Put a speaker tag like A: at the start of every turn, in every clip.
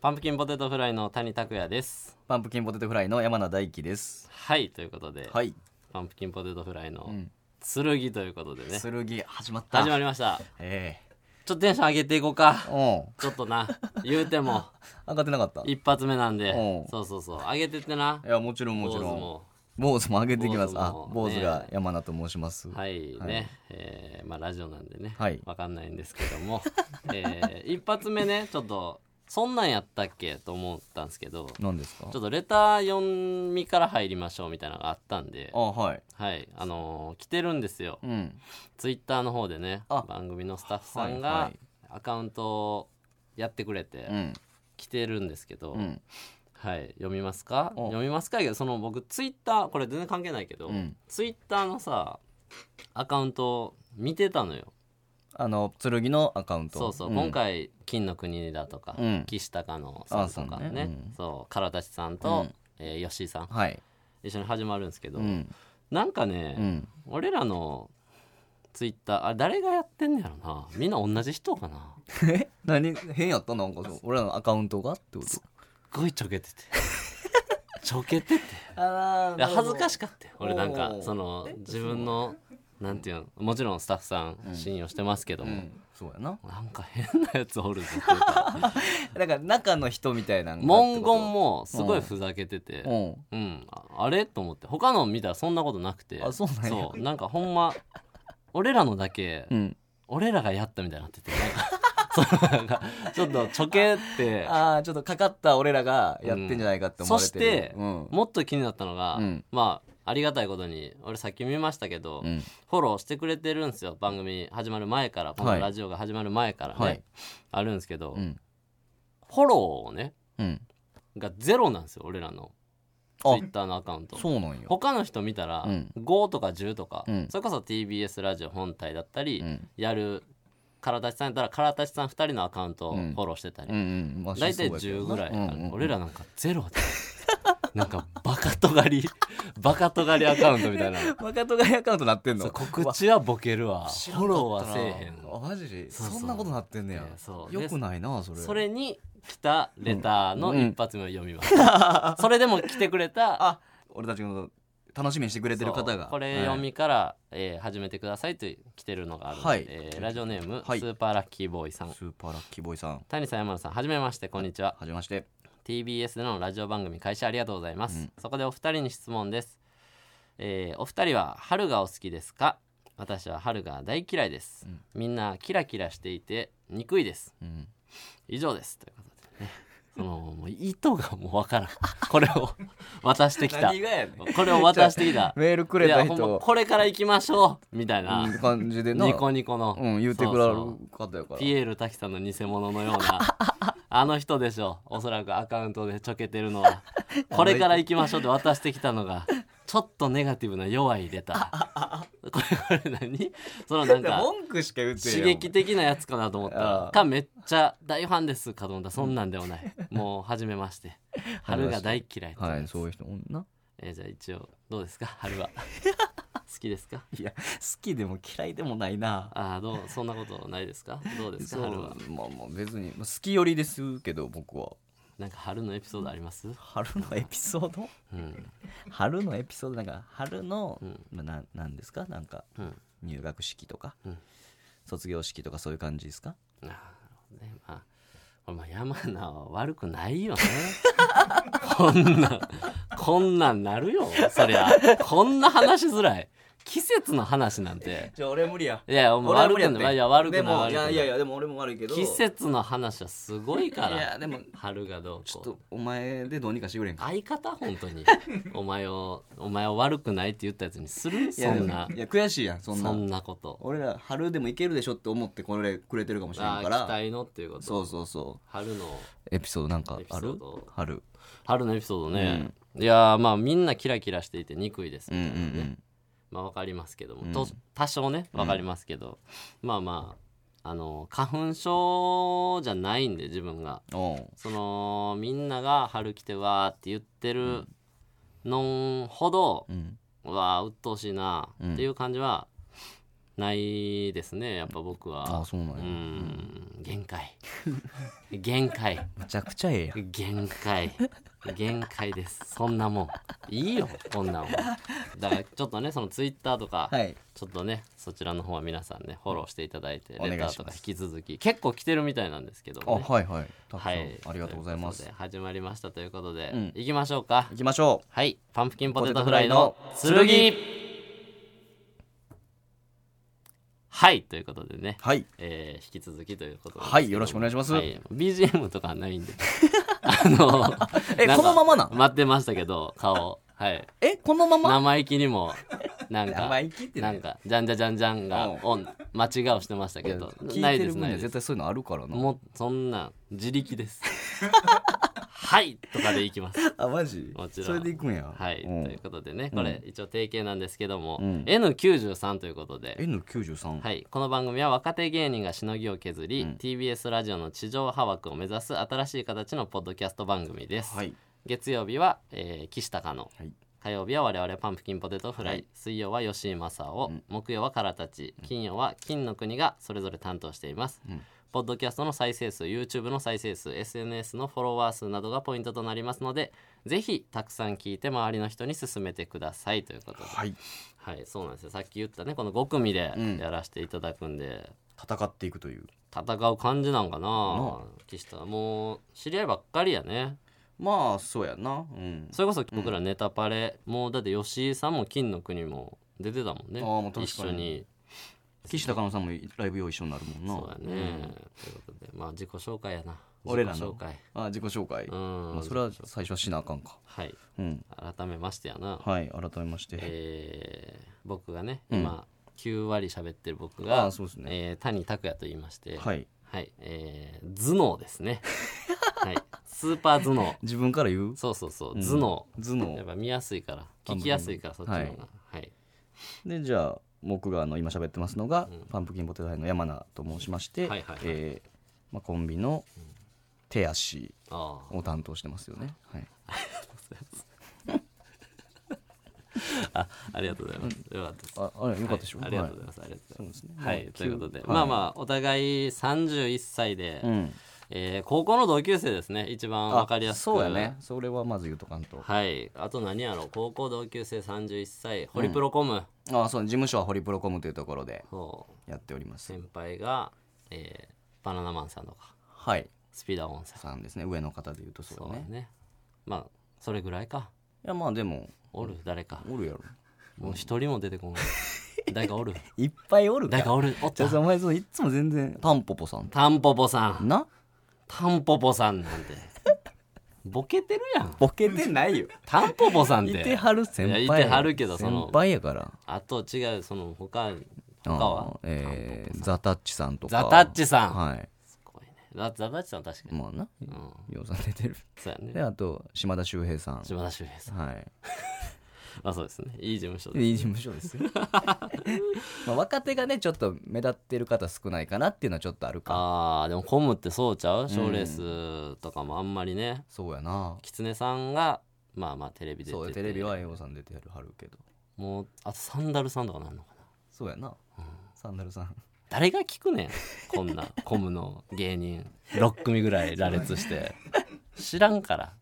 A: パンプキンポテトフライの谷拓也です
B: パンプキンポテトフライの山名大輝です。
A: はいということで、
B: はい。
A: パンプキンポテトフライの
B: ん
A: 剣ということでね、
B: 剣始まった。
A: 始まりました
B: え
A: ちょっとテンション上げていこうか
B: えうん。
A: ちょっとな言うても
B: 上がってなかった。い
A: 一発目なんで
B: うん
A: そうそうそう上げてってな
B: やもちろんもちろ
A: 坊主
B: ん。
A: も
B: 坊主も上げていきます。
A: 坊主
B: あ
A: も、
B: 坊主が山名と申します。
A: はいね、えーまあラジオなんでね、
B: はい
A: わかんないんですけども、えー一発目ねちょっとそんなんやったっけと思ったんですけどち
B: 何ですか
A: ょ。っとレター読みから入りましょうみたいなのがあったんで
B: あ、はい。
A: はいあのー来てるんですよ
B: うん。
A: ツイッターの方でね
B: あ
A: 番組のスタッフさん
B: はい
A: が
B: はい
A: アカウントをやってくれて
B: うん。
A: 来てるんですけど、
B: うん。
A: はい読みますか
B: お
A: 読みますかやけどその僕ツイッターこれ全然関係ないけど、
B: うん
A: ツイッターのさアカウントを見てたのよ
B: あの剣のアカウント。
A: そうそう、
B: ん
A: 今。回金の国だとか、
B: うん
A: 岸高野さんと
B: あそ
A: か
B: う
A: ね
B: ねうん
A: そう唐立さんと、
B: うん
A: えー吉井さん
B: はい。
A: 一緒に始まるんですけど、
B: うん。
A: なんかね、
B: うん。
A: 俺らのツイッターあれ誰がやってんのやろなみんな同じ人かな
B: え、何変やったなんかそう俺らのアカウントがってこと。
A: すっごいちょけ ててちょけてて
B: あ
A: いや恥ずかしかったよ俺なんか
B: おー
A: その自分のなんていうのもちろんスタッフさ
B: うん
A: ん信用してますけど
B: う
A: も、
B: ん。そうやな。
A: なんか変なやつおるぞっていう か
B: だから中の人みたいなのがって
A: 文
B: こと
A: 言。もすごいふざけてて、うん
B: うん。
A: ああれと思って他の見たらそんなことなくて
B: あそうなんや
A: そうなんかほんま俺らのだけ、
B: うん。
A: 俺らがやったみたいになってて なんかそうなんかちょっとちょけって
B: ああちょっとかかった俺らがやってんじゃないかって思われてる、
A: うんそして
B: うん
A: もっと気になったのが、
B: うん
A: まあありがたいことに俺さっき見ましたけど、
B: うん
A: フォローしてくれてるんですよ番組始まる前からこのラジオが始まる前からね、
B: はい
A: あるんですけど、
B: うん
A: フォローをね
B: うん
A: がゼロなんですよ俺らのツイ
B: あ
A: ッターのアカウント
B: そうなんよ、
A: 他の人見たら、
B: うん
A: 5とか10とか、
B: うん
A: それこそ TBS ラジオ本体だったり、
B: うん
A: やる唐立さんやったら唐立さん2人のアカウントをフォローしてたり、
B: うんうんまあ
A: 大体
B: そうやけど
A: 10
B: な
A: ぐらいある、
B: うんうん
A: 俺らなんかゼロでなんかバカとがり バカとがりアカウント みたいな
B: 若戸がアカウントなってん
A: そう
B: の
A: 告知はボケるわ
B: 知
A: フ
B: らん
A: ォ
B: かったな
A: ローはせえへん
B: あマジで
A: そうそう
B: そんなことなってんねや
A: ねそう
B: よくないなそれ
A: それに来たレターの
B: うん
A: 一発目を読みます、 それでも来てくれ た
B: あ俺たちの楽しみにしてくれてる方
A: そ
B: が
A: うこれ読みから、えー始めてくださいと来てるのがあるので、
B: はい
A: えーラジオネーム、
B: はい
A: スーパーラッキーボーイさ
B: はい
A: ん
B: スーパーラッキーボーイさん
A: 谷さん山野さんはじめましてこんにちは
B: はじめまして
A: TBS でのラジオ番組開始ありがとうございます、
B: うん
A: そこでお二人に質問です、えーお二人は春がお好きですか私は春が大嫌いです、
B: うん
A: みんなキラキラしていて憎いです
B: うん
A: 以上ですということでねそのもう意図がもうわからんこれを 渡してきた
B: 何がやねん
A: これを渡してきた
B: メー ルく
A: い
B: れた
A: やほんま
B: 人
A: これから行きましょうみたいな
B: うん感じでな
A: ニコニコの、
B: うん言うてくれ
A: そう
B: る
A: そう
B: 方やから
A: ピエール滝さんの偽物のような あの人でしょおそらくアカウントでちょけてるのはこれから行きましょうって渡してきたのがちょっとネガティブな弱いレターこれこれ何そのなんか
B: 文句しか言ってへん
A: 刺
B: やん
A: 激的なやつかなと思った
B: あ
A: ら
B: ー
A: かめっちゃ大ファンですかと思ったらそんなんでもない もう初めまして春が大嫌いって
B: は
A: や
B: い
A: つ
B: そういう人おんな
A: えーじゃあ一応どうですか 春は好きですか
B: いや好きでも嫌いでもないな
A: ああどうそんなことないですかどうです
B: そう
A: か春は
B: まあまあ別にまあ好き寄りですけど僕は
A: なんか春のエピソードあります
B: 春のエピソード
A: うん
B: 春のエピソードなんか春の、
A: うん
B: まあ、ななんですかなんか
A: うん
B: 入学式とか、
A: うん
B: 卒業式とかそういう感じですか
A: なるほどねまあこれまあ山名は悪くないよね こんなんこんなんなるよそりゃこんな話しづらい季節の話なんて
B: じゃあ俺無理や
A: いやいやもう悪くないいや悪くない悪くない
B: やでも俺も悪いけ
A: 季節の話はすごいか
B: い
A: ら
B: やでも
A: 春がどう
B: ちょっ
A: こう
B: とお前でどうにかしてくれんか
A: 相方本当にお前をお前を悪くないって言ったやつにする
B: い
A: そ
B: やでも
A: んない
B: や悔しいやんそんな
A: そんなこと
B: 俺ら春でもいけるでしょって思ってこれくれてるかもしれ
A: あ
B: ん
A: ー
B: から
A: 期待のっていうこと
B: そうそうそ
A: 春の
B: うエピソードなんか
A: エピソ
B: ある
A: ード
B: 春
A: 春のエピソードね、いやーまあみんなキラキラしていて憎いですみたいなね、まあわかりますけども、
B: うん
A: と多少ねわかりますけど、まあまああの花粉症じゃないんで自分が
B: うんうんおう
A: そのみんなが春来てわーって言ってるのんほど、
B: うん
A: うわー鬱陶しいなっていう感じは、ないですねやっぱ僕は
B: あそうなんや
A: うん限界限界
B: むちゃくちゃええやん
A: 限界限界ですそんなもんいいよこんなもんだからちょっとねそのツイッターとか、
B: はい
A: ちょっとねそちらの方は皆さんねフォローしていただいてレ
B: お願いし
A: タ
B: ま
A: ー
B: す
A: とか引き続き結構来てるみたいなんですけど
B: あ
A: もね、
B: はいはいたくさん、
A: はい
B: ありがとうございま
A: と
B: す
A: うことで始まりましたということで、
B: うん
A: 行きましょうか
B: 行きましょう
A: はいパンプキンポテトフライの剣はいということでね
B: はい
A: えー引き続きということです
B: はいよろしくお願いします
A: は BGM とかはないんで あの
B: え
A: なん
B: こ
A: か
B: のままなん
A: 待ってましたけど顔はい
B: えこのまま
A: 生意気にもなんか
B: 生意気ってね
A: なんかじゃんじゃじゃんじゃんが
B: うん
A: オン間違いをしてました
B: い
A: け
B: や
A: どな
B: 聞
A: い
B: いて
A: で
B: る
A: す
B: 分
A: な
B: には
A: いです
B: 絶対そういうのあるからな
A: もうそんな自力 ですはいとかでいきます
B: あマジ
A: もちろん
B: それで行くんや
A: はい、
B: うん
A: ということでねこれ一応定型なんですけども、
B: うん
A: N93 ということで
B: N93
A: はい、この番組は若手芸人がしのぎを削り、
B: うん
A: TBS ラジオの地上波枠を目指す新しい形のポッドキャスト番組です、
B: はい
A: 月曜日は、えー岸高野、
B: はい
A: 火曜日は我々パンプキンポテトフライ、
B: はい
A: 水曜は吉井正夫、
B: うん
A: 木曜はカラタチ金曜は金の国がそれぞれ担当しています、
B: うん
A: ポッドキャストの再生数 YouTube の再生数 SNS のフォロワー数などがポイントとなりますのでぜひたくさん聞いて周りの人に勧めてくださいということで
B: はい
A: はい、そうなんですよ。さっき言ったね、この5組で
B: うん
A: やらせていただくんで、
B: 戦っていくという
A: 戦う感じなんかな
B: な、
A: 岸田。もう、知り合いばっかりやね。
B: まあそうやなうん
A: それこそ僕らネタパレ、もうだって吉井さんも金の国も出てたもんね。
B: あーもう確かに
A: 一緒に。
B: 岸高野さんもライブ用一緒になるもんな
A: そうやね、ということで、まあ自己紹介やな。
B: 俺らの
A: 自己紹介。
B: あ自己紹介
A: う
B: まあ
A: ん。
B: それは最初はしなあかんか
A: はい。
B: うん
A: 改めましてやな。
B: はい改めまして
A: えー僕がね、
B: うん
A: 今、9割喋ってる僕
B: あ
A: が
B: あ、そうですね
A: えー谷拓也と言いまして、
B: はい
A: はい、えー、頭脳です ね。はい、スーパー頭脳。
B: 自分から言う
A: そうそうそう、
B: うん
A: 頭脳。
B: 頭
A: やっ
B: 脳
A: ぱ見やすいから、
B: パンプ
A: 聞
B: キン
A: きやすいから、そっちの方が。
B: は
A: はいい、
B: でじゃあ僕があの今喋ってますのが
A: うん
B: パンプキンポテトハイの山名と申しまして
A: はいはいはい
B: えーまあコンビの手足
A: あ
B: を担当してますよねはい
A: あ、あ、ありがとうございます。よかったです。
B: ああれよかったでしょ
A: はいありがとうございます。ありがとうござい
B: そう
A: ま
B: ですね
A: す。はい、ということで、まあまあ、お互い三十一歳で、
B: あうん
A: えー高校の同級生ですね。一番わかりやすく。
B: そうやね。それはまず言うとかんと
A: はい、あと何やろ高校同級生三十一歳、ホリプロコム。
B: あそう事務所はホリプロコムというところで
A: そう、
B: やっております
A: 先輩が、えーバナナマンさんとか、
B: はい
A: スピーダーオンさん。
B: さんですね上の方で言うとそ
A: そう
B: う
A: だ
B: ね
A: ねまあそれぐらいか
B: いやまあでも
A: おる誰か
B: おるやろ
A: もう一人も出て こない誰かおる
B: いっぱいおるか
A: 誰
B: ら
A: かおるおっ
B: じ
A: た
B: ゃあお前そういっつも全然タンポポさん
A: タンポポさん
B: な
A: タンポポさんなんてボケてるやん
B: ボケてないよ
A: タンポポさんっ
B: い
A: て
B: てはる先輩
A: いやいてはるけどその
B: 先輩やから
A: あと違うその他他
B: あ
A: は
B: ーえーザタッチさんとか
A: ザタッチさん
B: はい
A: すごいねザザタッチさん確かに
B: まあな
A: うん
B: ようさん出てる
A: そうや
B: で
A: ね
B: あと島田秀平さん
A: 島田秀平さん
B: はい
A: まあそうですねいい事務所で
B: いい事務所ですよ まあ若手がねちょっと目立ってる方少ないかなっていうのはちょっとあるか
A: あーでもコムってそうちゃう賞レースとかもあんまりね
B: そうやな
A: 狐さんがまあまあテレビ出てて
B: そうテレビはようさん出てるはるけど
A: もうあとサンダルさんとかなんのかな
B: そうやな、サンダルさん
A: 誰が聞くねんこん なコムの芸人6組ぐらい羅列して知らんから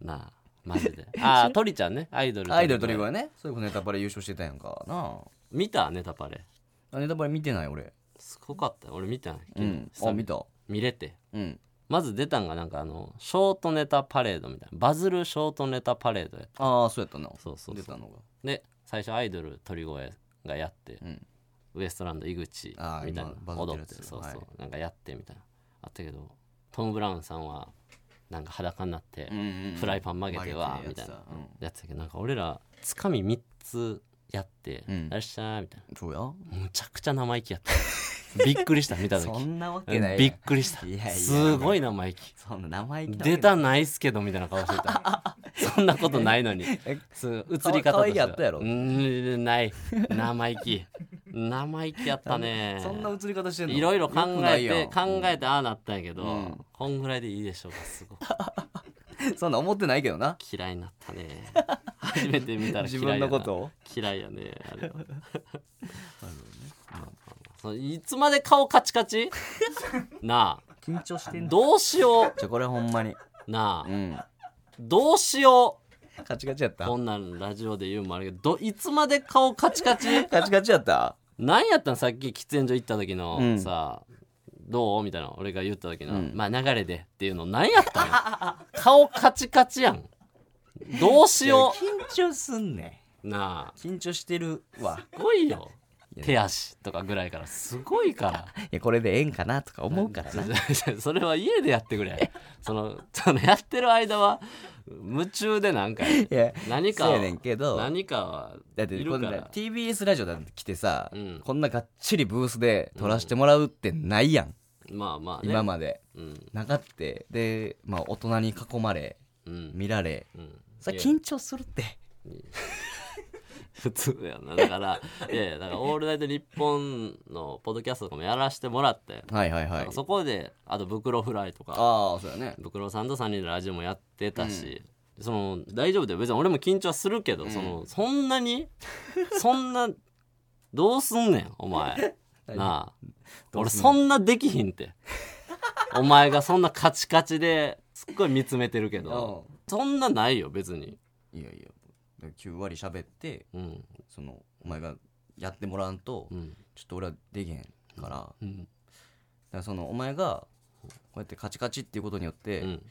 A: なあマジでああ鳥ちゃんねアイドル
B: アイドルトリ
A: 鳥
B: バ
A: は
B: ーねそういうネタバレ優勝してたやんかな
A: 見たネタパレ
B: あネタバレ見てない俺
A: すごかったよ俺見たんやけ
B: う
A: ど
B: ん
A: 久
B: あ
A: 々
B: 見た
A: 見れて
B: うん
A: まず出たんがなんかあのショートネタパレードみたいなバズるショートネタパレードやった
B: ああそうやったな
A: そうそうそう
B: 出たのが
A: で最初アイドル鳥越がやって、
B: うん
A: ウエストランド井口み
B: あー
A: たいな
B: 今バズっ
A: 踊
B: て
A: っ
B: るや
A: て
B: つ
A: そうそう、
B: はい
A: なんかやってみたいなあったけどトム・ブラウンさんはなんか裸になって、
B: ん
A: フライパン曲げてわーみたいなやってたけどなんか俺らつかみ3つやって「
B: う
A: い
B: ん
A: らっしゃい」みたい
B: そうや
A: なむちゃくちゃ生意気やったびっくりした見 た時
B: んなわ
A: うんびっくりした
B: いやいや
A: すごい生意気
B: そんな生意気
A: 出たないっすけどみたいな顔 してたそんなことないのに
B: え
A: そう映り方
B: かわ
A: と
B: いい
A: して
B: や
A: は
B: ったやろ
A: うーんない生意気生意気やったね
B: そんな映り方してんの
A: いろいろ考えて考
B: え
A: えてああなったんやけど、
B: うん
A: こんぐらいでいいでしょうかすごく
B: そんな思ってないけどな
A: 嫌いになったね初めて見たら嫌いやな
B: 自分のことを
A: 嫌いやねあれはまあそいつまで顔カチ カチなあ
B: 緊張してんの
A: どうしよ
B: ちょこれほんまに
A: うな
B: う
A: あ
B: ん
A: どうしよ
B: カチカチやっ
A: う
B: た
A: こんなんラジオで言うのもあるけどどいつまで顔カ チカチ
B: カチカチやった
A: なんやったんさっき喫煙所行った時の、
B: うん
A: さどうみたいな俺が言った時の、
B: うん
A: まあ流れでっていうのなんやったんや顔カチカチやんどうしよ
B: 張すんね
A: うなあ
B: 緊張してる わ
A: すごいよ
B: いや
A: 手足とかぐらいからすごい から
B: いやこれでええんかなとか思うからな
A: それは家でやってくれそのそのやってる間は夢中でなんか
B: いや
A: 何か
B: そう
A: を
B: やねんけど
A: 何かは
B: だって
A: い
B: こ
A: る
B: ん
A: か
B: な
A: ら
B: TBS ラジオだって来てさ、
A: うん
B: こんながっちりブースで撮らせてもらうってないやん、
A: まあまあね
B: 今まで
A: うん
B: なかってで、まあ、大人に囲まれ
A: うん
B: 見られ
A: うん
B: そ
A: い
B: れ
A: や
B: 緊張するって
A: 普通やなだからいやいやだから「オールナイト日本のポッドキャストとかもやらしてもらって、
B: はいはいは
A: ないんかそこであと「ブクロフライ」とか
B: ああそうだね
A: ブクロさんと3人でラジオもやってたし、その大丈夫だよ別に俺も緊張はするけど、
B: うん
A: そのそんなにそんなどうすんねんお前なあ
B: どう
A: 俺
B: すんねん
A: そんなできひんってお前がそんなカチカチですっごい見つめてるけど
B: う
A: そんなないよ別に、
B: んいやいやだから9割喋って
A: うん
B: そのお前がやってもらわんと
A: うん
B: ちょっと俺はできへんからだか
A: うん
B: らそのお前がこうやってカチカチっていうことによって、
A: うん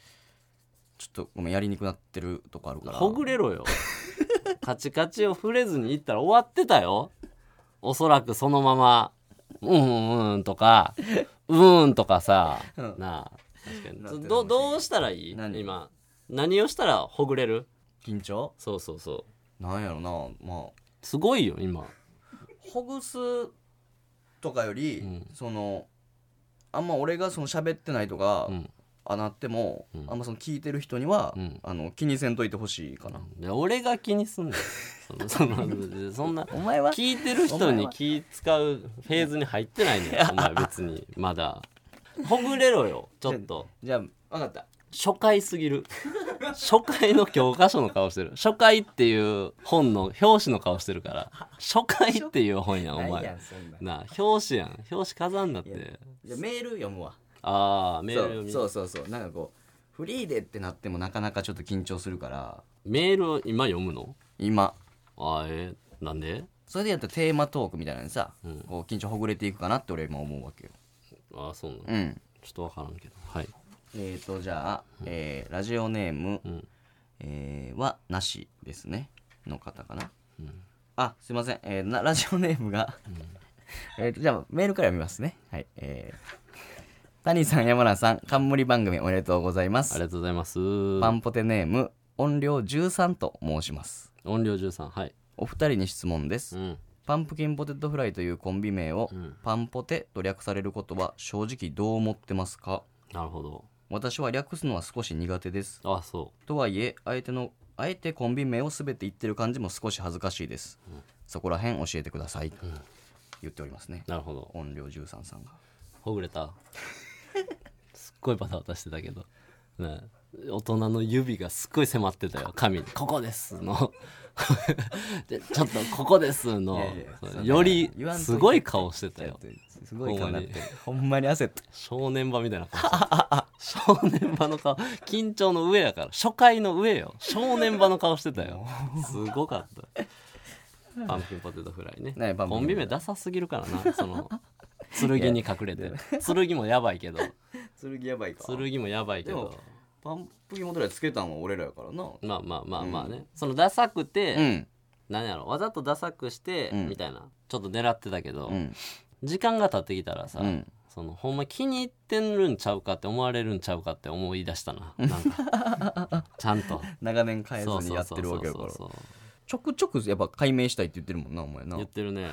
B: ちょっとごめんやりにくくなってるとこあるから
A: ほぐれろよ カチカチを触れずに行ったら終わってたよおそらくそのまま「うんうん」とか「うーん」とかさ、
B: うん
A: なあ確
B: な
A: か
B: って
A: に
B: る
A: どどうしたらいい
B: 何
A: 今何をしたらほぐれる
B: 緊張
A: そうそうそう
B: なんやろなまあ
A: すごいよ今
B: ほぐすとかより、
A: うん
B: そのあんま俺がその喋ってないとか、
A: うん
B: あなっても、
A: うん
B: あんまその聞いてる人には、
A: うん
B: あの気にせんといてほしいかな、
A: で俺が気にすんねんそのそのそんな
B: お前は
A: 聞いてる人に気使うフェーズに入ってないねんお前別にまだほぐれろよちょっと
B: じゃあ分かった
A: 初回すぎる初回の教科書の顔してる初回っていう本の表紙の顔してるから初回っていう本やんお
B: ないや
A: 前
B: んそんなん
A: なあ表紙やん表紙飾んなっ
B: いや
A: て
B: じゃあメール読むわ
A: ああメール読み
B: そうそうそうそうなんかこうフリーでってなってもなかなかちょっと緊張するから
A: メールを今読むの
B: 今
A: ああえーなんで
B: それでやったらテーマトークみたいなのにさ、
A: うん
B: こう緊張ほぐれていくかなって俺今思うわけよ
A: ああそうなのちょ
B: うん
A: っとわからんけどはい
B: えーとじゃあ、えーラジオネーム、
A: うん
B: えーはなしですねの方かな
A: うん
B: あすいません、えーなラジオネームが、 えーとじゃあメールから読みますねはいえー谷さん山田さん冠番組おめでとうございま
A: あり
B: す
A: がとうございます
B: パンポテネーム音量13と申します
A: 音量13はい
B: お二人に質問です、
A: うん
B: パンプキンポテトフライというコンビ名を、
A: うん
B: パンポテと略されることは正直どう思ってますか
A: なるほど
B: 私は略すのは少し苦手です
A: ああそ
B: とはいえ相手のあえてコンビ名を全て言ってる感じも少し恥ずかしいです、そこら辺教えてください、言っておりますね
A: うなるほど
B: 音量13さんが
A: ほぐれた すっごいバタバタしてたけど、ね、大人の指がすっごい迫ってたよ紙に「ここです」の で「ちょっとここです」の
B: いやいやそんな
A: より
B: 言わんといて
A: すごい顔してたよ
B: すごい顔になってるほんまに焦った
A: 少年場みたいな顔してた少年場の顔緊張の上やから初回の上よ少年場の顔してたよすごかったパンプキンポテトフライね
B: ねパンプキンポテト
A: コンビ名ダサすぎるからなその剣に隠れて剣もやばいけど
B: 剣やばいか
A: 剣もやばいけ
B: でも
A: ど
B: パンプキンモデルつけたんは俺らやからな
A: まあまあまあまあね、そのダサくて、
B: うん
A: 何やろわざとダサくして、
B: うん
A: みたいなちょっと狙ってたけど、
B: うん
A: 時間が経ってきたらさ、
B: うん
A: そのほんま気に入ってるんちゃうかって思われるんちゃうかって思い出し たななんかちゃんと
B: 長年変え
A: そう
B: ずに
A: そ
B: や
A: う
B: って
A: そう
B: る
A: そ
B: わけや
A: う
B: から
A: そう
B: ちょくちょくやっぱ解明したいって言ってるもんなお前な
A: 言ってるね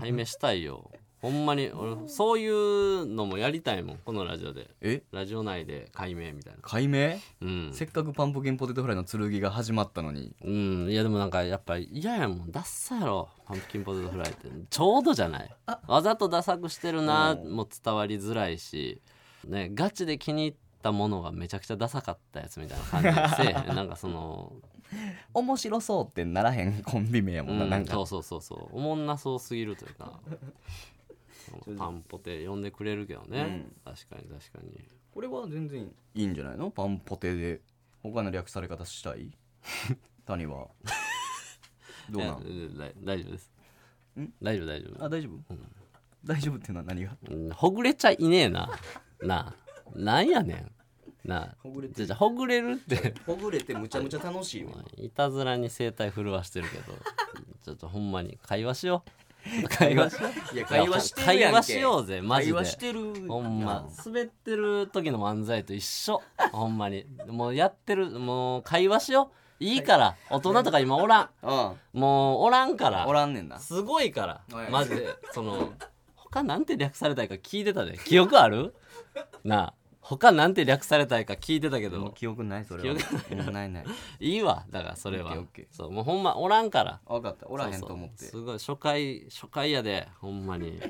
A: 解明したいよほんまに俺そういうのもやりたいもんこのラジオで
B: え
A: ラジオ内で解明みたいな
B: 解明
A: うん
B: せっかくパンプキンポテトフライの剣が始まったのに
A: うんいやでもなんかやっぱ嫌やもんダッサやろパンプキンポテトフライってちょうどじゃないわざとダサくしてるなも伝わりづらいしねガチで気に入ったものがめちゃくちゃダサかったやつみたいな感じでせ えへんなんかその、
B: 面白そうってならへんコンビ名やも
A: うん
B: な,、
A: ん、
B: なんか
A: そうそうそうそうおもんなそうすぎるというかパンポテ呼んでくれるけどね、確かに確かに
B: これは全然いいんじゃないのパンポテで他の略され方したい 谷 はどうなん
A: いや大大丈夫です大丈夫大丈
B: あ大丈夫、大丈夫っていうのは何が
A: 夫うんほぐれちゃいねえな なあなんやねんなあ
B: ほぐれて
A: じゃじゃほぐれるって
B: ほぐれてむちゃむちゃ楽しいよ
A: いたずらに声帯震わしてるけど ちょっとほんまに会話しよ う会話しよう
B: いや会話してるやんけ
A: 会話しようぜマジで
B: 会話してる
A: ほんま滑ってる時の漫才と一緒ほんまにもうやってるもう会話しよういいから大人とか今おらん
B: あ
A: もうおらんか
B: あ
A: ら
B: おらんねんな
A: すごいから
B: おい
A: マジで その他なんて略されたいか聞いてたで記憶あるなあ他なんて略されたいか聞いてたけ
B: もう
A: ど
B: 記憶ないそれは
A: 記
B: うんないない
A: いいわだからそれ
B: オッ
A: は
B: ケーオッケ
A: そうもうほんまおらんから
B: 分かったおらへん
A: そ
B: と
A: うそう
B: 思って
A: すごい初回初回やでほんまに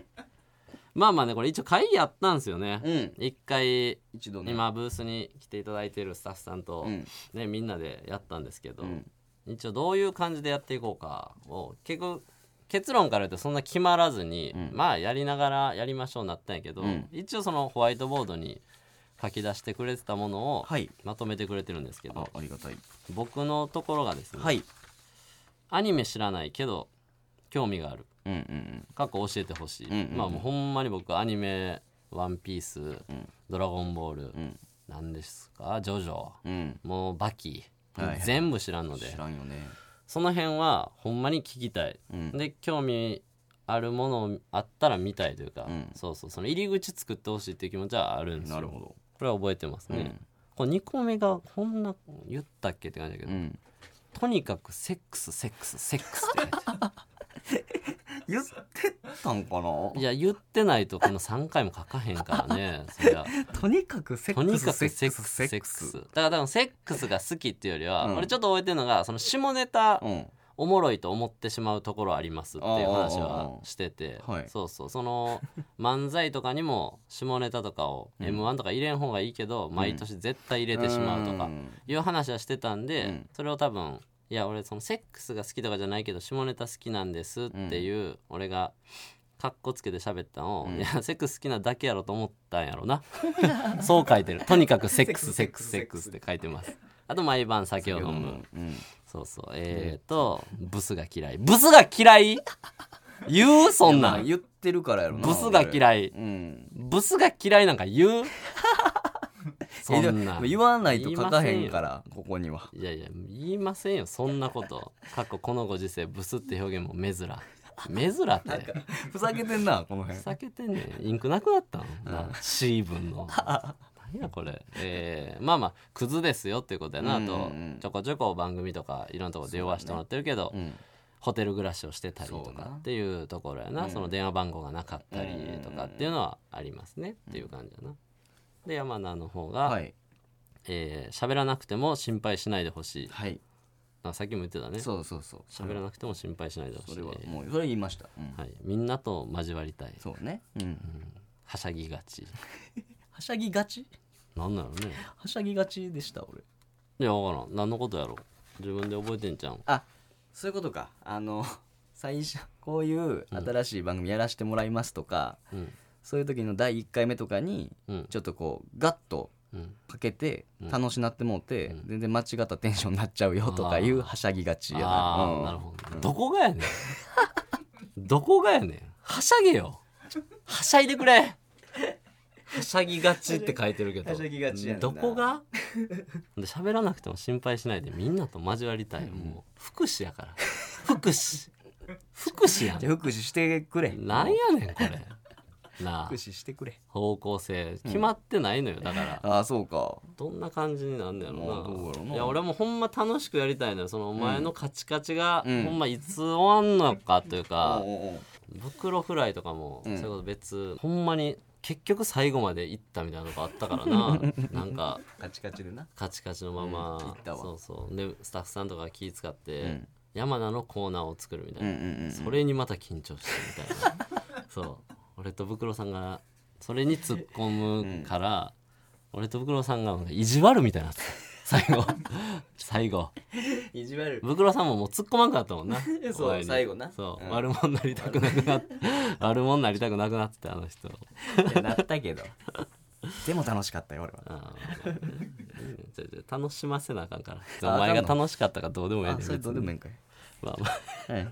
A: まあまあねこれ一応会議やったんですよね
B: うん
A: 一回
B: 一度ね
A: 今ブースに来ていただいてるスタッフさんと、
B: うん
A: ね、みんなでやったんですけど、
B: うん
A: 一応どういう感じでやっていこうかを結構結論から言うとそんな決まらずに、
B: うん
A: まあやりながらやりましょうになったんやけど、
B: うん
A: 一応そのホワイトボードに書き出してくれてたものを
B: はい
A: まとめてくれてるんですけど、
B: あありがたい
A: 僕のところがですね、
B: はい
A: アニメ知らないけど興味がある
B: うんうん
A: 過去教えてほしい、
B: んうんうん
A: まあもうほんまに僕アニメ「ワンピース、ドラゴンボール」
B: ん
A: なんですか「ジョジョ」
B: うんうん
A: もうバキ、
B: はいはい
A: 全部知らんの
B: 知
A: で
B: らんよね
A: その辺はほんまに聞きたい、
B: うん
A: で興味あるものあったら見たいというか、
B: うん
A: そうそうその入り口作ってほしいっていう気持ちはあるんですよ
B: なるほど
A: これは覚えてますね、
B: うん
A: この2個目がこんな言ったっけって感じだけ
B: う
A: ど、
B: ん
A: とにかくセックスセックスセックスって書いて ある
B: 言ってたんかない
A: や言ってないとこの3回も書かへんからねそりゃ
B: とにかくセ
A: とにかくセックスセックスだから多分セックスが好きっていうよりは、
B: うん
A: 俺ちょっと覚えてるのがその下ネタ、
B: うん
A: おもろいと思ってしまうところありますっていう話はしてて
B: ああああああはい
A: そうそうその漫才とかにも下ネタとかを
B: うん
A: m 1とか入れん方がいいけど毎年絶対入れてしまうとか
B: ん
A: いう話はしてたん
B: う
A: で
B: ん
A: それを多分いや俺そのセックスが好きとかじゃないけど下ネタ好きなんですっていう俺がカッコつけて喋ったのを、
B: うん
A: いやセックス好きなだけやろと思ったんやろな そう書いてるとにかくセックスセックスセックスって書いてますあと毎晩酒を飲む
B: うん
A: そうそう。えーと、ブスが嫌い。ブスが嫌い言うそん
B: い
A: な
B: やまあ
A: ん。
B: 言ってるからやろな
A: ブスが嫌い
B: 俺うん
A: ブスが嫌いなん か言うそ
B: えで
A: んな
B: も
A: ん。
B: 言わないと書かへんからここにはい
A: やいや、言いませんよ、そんなこと。過去このご時世、ブスって表現も珍。珍って。
B: ふざけてんなこの辺
A: ふざけてんねん。インクなくなったの、なシーブン の。何やこれ。えーまあまあ、クズですよっていうことやな。あ
B: うんう
A: と
B: んうん、
A: ちょこちょこ番組とか、いろんなとこで呼ばせてもらってるけど、
B: うん
A: ホテル暮らしをしてたり
B: そ
A: と
B: うな
A: かっていうところやなその電話番号がなかったりとかっていうのはありますねっていう感じやな。で山名の方が、
B: はい
A: えー喋らなくても心配しないでほしい
B: はい
A: あさっきも言ってたね
B: そうそうそう
A: 喋らなくても心配しないでほしい
B: それはもうそれ言いましたうん
A: はい、みんなと交わりたい
B: そうねうん
A: はしゃぎがち
B: はしゃぎがち
A: なんだろうね
B: はしゃぎがちでした俺
A: いやわからん何のことやろ自分で覚えてんじゃん
B: あそういうことかあの 最初こういう新しい番組やらせてもらいますとか、
A: うん
B: そういう時の第1回目とかに
A: うん
B: ちょっとこうガッと
A: うん
B: かけて楽しなってもうて、全然間違ったテンションになっちゃうよとかいうはしゃぎがちや
A: あー
B: うん
A: なるほど、どこがやねんどこがやねんはしゃげよはしゃいでくれはしゃぎがちって書いてるけど
B: はしゃぎがちやんな
A: どこ がで喋らなくても心配しないでみんなと交わりたい、もう福祉やから福祉福祉や
B: じゃあ福祉してくれ
A: んなんやねんこれなあ
B: 福祉してくれ
A: 方向性決まってないのよ、だから
B: ああそうか
A: どんな感じになんだよ
B: まあどうやろ
A: な。
B: ない
A: や俺もほんま楽しくやりたいのよ。そのお前のカチカチが、
B: うん
A: ほんまいつ終わんのかというか、
B: おうおうおう
A: 袋フライとかも、
B: うん
A: それこそ別ほんまに結局最後まで行ったみたいなのがあったからな。 なんか
B: カチカチでな
A: カチカチのまま、
B: うん行ったわ
A: そうそうでスタッフさんとか気使って、
B: うん
A: 山名のコーナーを作るみたい
B: うん
A: な。
B: うんうん
A: それにまた緊張してみたい なそう俺と袋さんがそれに突っ込むから、 俺と袋さんが意地悪みたいになってた最後最後
B: いじわ る
A: ブクロさんももう突っ込まんかったもんな
B: そう
A: お前に
B: 最後な
A: そう、
B: うん
A: 悪者になりたくなくなって 悪者になりたくなくなってたあの人
B: ってなったけど でも楽しかったよ俺は
A: あーじゃあじゃあ楽しませなあかんか
B: あ
A: ら
B: あ
A: お前が
B: かんの
A: 楽しかったかどうでもいい
B: あそれどうでもいいんかい
A: まあまあ
B: はい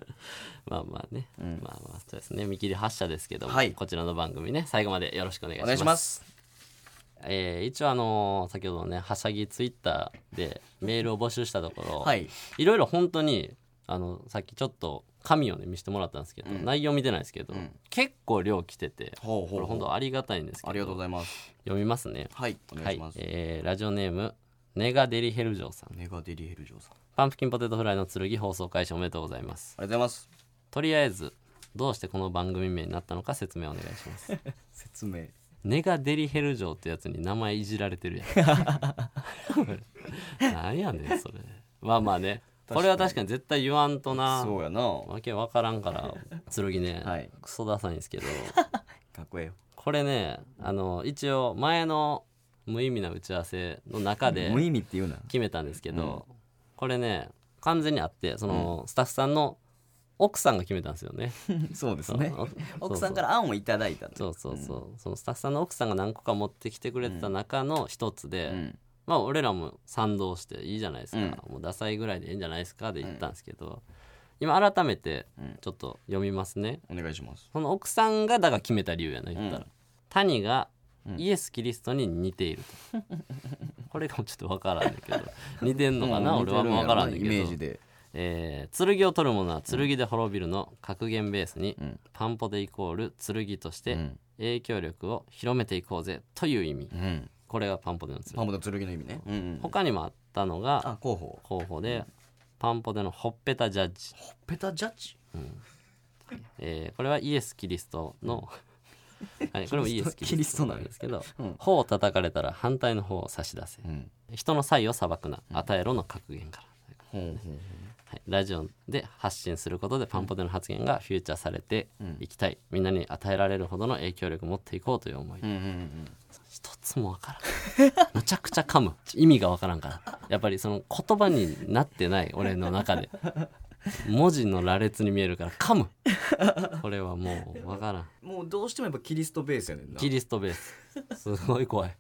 A: まあまあね、
B: うん
A: まあまあそうですね見切り発車ですけども、
B: はい
A: こちらの番組ね最後までよろしくお願い
B: お
A: します
B: 願いします
A: えー一応あのー先ほどねはしゃぎツイッターでメールを募集したところ、
B: はい
A: いろいろ本当にあのさっきちょっと紙をね見せてもらったんですけど、
B: うん
A: 内容見てないですけど、
B: うん
A: 結構量来てて
B: ほう
A: これ本当ありがたいんですけど
B: ありがとうございます
A: 読みますね
B: はいお願いします、
A: はいえーラジオネームネガデリヘルジョーさん
B: ネガデリヘルジョーさんあ
A: パンプキンポテトフライの剣放送開始おめでとうございます
B: りがとうございます
A: とりあえずどうしてこの番組名になったのか説明お願いします
B: 説明
A: ネガデリヘルジョーってやつに名前いじられて るやんなんやねんそれまあまあねこれは確かに絶対言わんとな
B: そうやなか
A: わけわからんから剣ね、
B: はい
A: クソダサいんですけど
B: っこええよ
A: これねあの一応前の無意味な打ち合わせの中で
B: 無意味って言うな
A: 決めたんですけど、これね完全にあってその、スタッフさんの奥さんが決めたんですよね。
B: そうですね
A: そう
B: 奥さんから案をいただいた
A: そうそうそうそう、そのスタッフさんの奥さんが何個か持ってきてくれてた中の一つで、
B: うん
A: まあ俺らも賛同していいじゃないですか、もうダサいぐらいでいいんじゃないですかで言ったんですけど、今改めて
B: うん
A: ちょっと読みますね。
B: お願いします
A: その奥さんがだが決めた理由やな言ったら、
B: うん
A: 谷が
B: うん
A: イエス・キリストに似ていると、 これがもうちょっと分からんねんけど似てんのかな、俺はもう分からんねん
B: イメ
A: け
B: ー
A: ど
B: ジ、で
A: えー剣を取る者は剣で滅びる」の格言ベースに、
B: うん
A: パンポでイコール剣とし
B: う
A: て
B: ん
A: 影響力を広めていこうぜという意味、
B: うん
A: これがパンポでの剣
B: パンポの剣の意味ねうんうん
A: 他にもあったのが
B: あ候補
A: 候補で、パンポでのほっぺたジャッジ、
B: ほっぺたジャッジ
A: えーこれはイエス・キリストの、 はい、これもイエス・キ
B: キ
A: リ
B: リス
A: スト
B: ト
A: な
B: なんんや
A: ですけど、
B: うん
A: 頬を叩かれたら反対の方を差し出せ
B: うん
A: 人の才を裁くな与えろの格言から、
B: ほうほう
A: はい、ラジオで発信することでパンポでの発言がフューチャーされていきたい、みんなに与えられるほどの影響力を持っていこうという思い、
B: うんうんうん
A: 一つもわからんむちゃくちゃ噛む意味がわからんからやっぱりその言葉になってない俺の中で文字の羅列に見えるから噛むこれはもうわからん
B: もうどうしてもやっぱキリストベースやねんな
A: キリストベースすごい怖い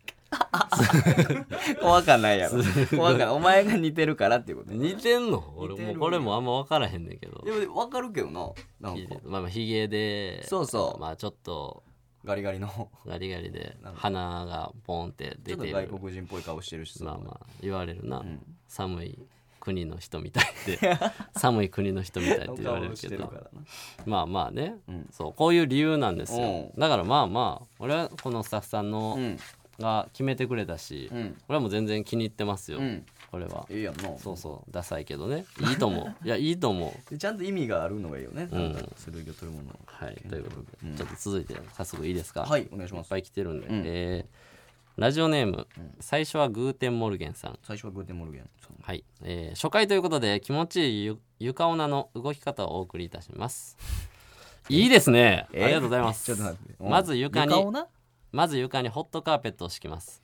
B: 怖かないやろ怖かないお前が似てるからっていうことや
A: 似てんの俺
B: 似て
A: も
B: る
A: うこれもあんま分からへんねんけど
B: でも分かるけどななんか
A: まあまあひげで
B: そうそう
A: まあちょっと
B: ガリガリの
A: ガリガリで
B: なんか
A: 鼻がポンって
B: ち
A: 出
B: ょってと
A: る
B: 外国人っぽい顔してるしさ
A: まあまあ言われるな、
B: ん
A: 寒い国の人みたいって 寒い国の人みたいって言われるけどまあまあね、
B: うん
A: そうこういう理由なんですよ
B: う
A: だからまあまあ俺はこのスタッフさん
B: う
A: の
B: ん
A: が決めてくれたし、
B: うん
A: 俺はもう全然気に入ってますよ、
B: うん
A: これは
B: ええやんな
A: そうそうダサいけどねいいと思 ういやいいと思う
B: でちゃんと意味があるのがいいよね
A: うん
B: なんか剣を取るもの
A: はいということで、
B: うん
A: ちょっと続いて早速いいですか
B: はいお願いし
A: い
B: ま
A: っ
B: す
A: ぱい来てるんで、
B: うん
A: えーラジオネーム、最初はグーテンモルゲンさん
B: 最初はグーテンモルゲンさん
A: はい、えー初回ということで気持ちいいゆ床オナの動き方をお送りいたしますいいですねあ
B: え
A: りがとうございます
B: ちょっと待ってうん
A: まず床に
B: 床をな
A: まず床にホットカーペットを敷きます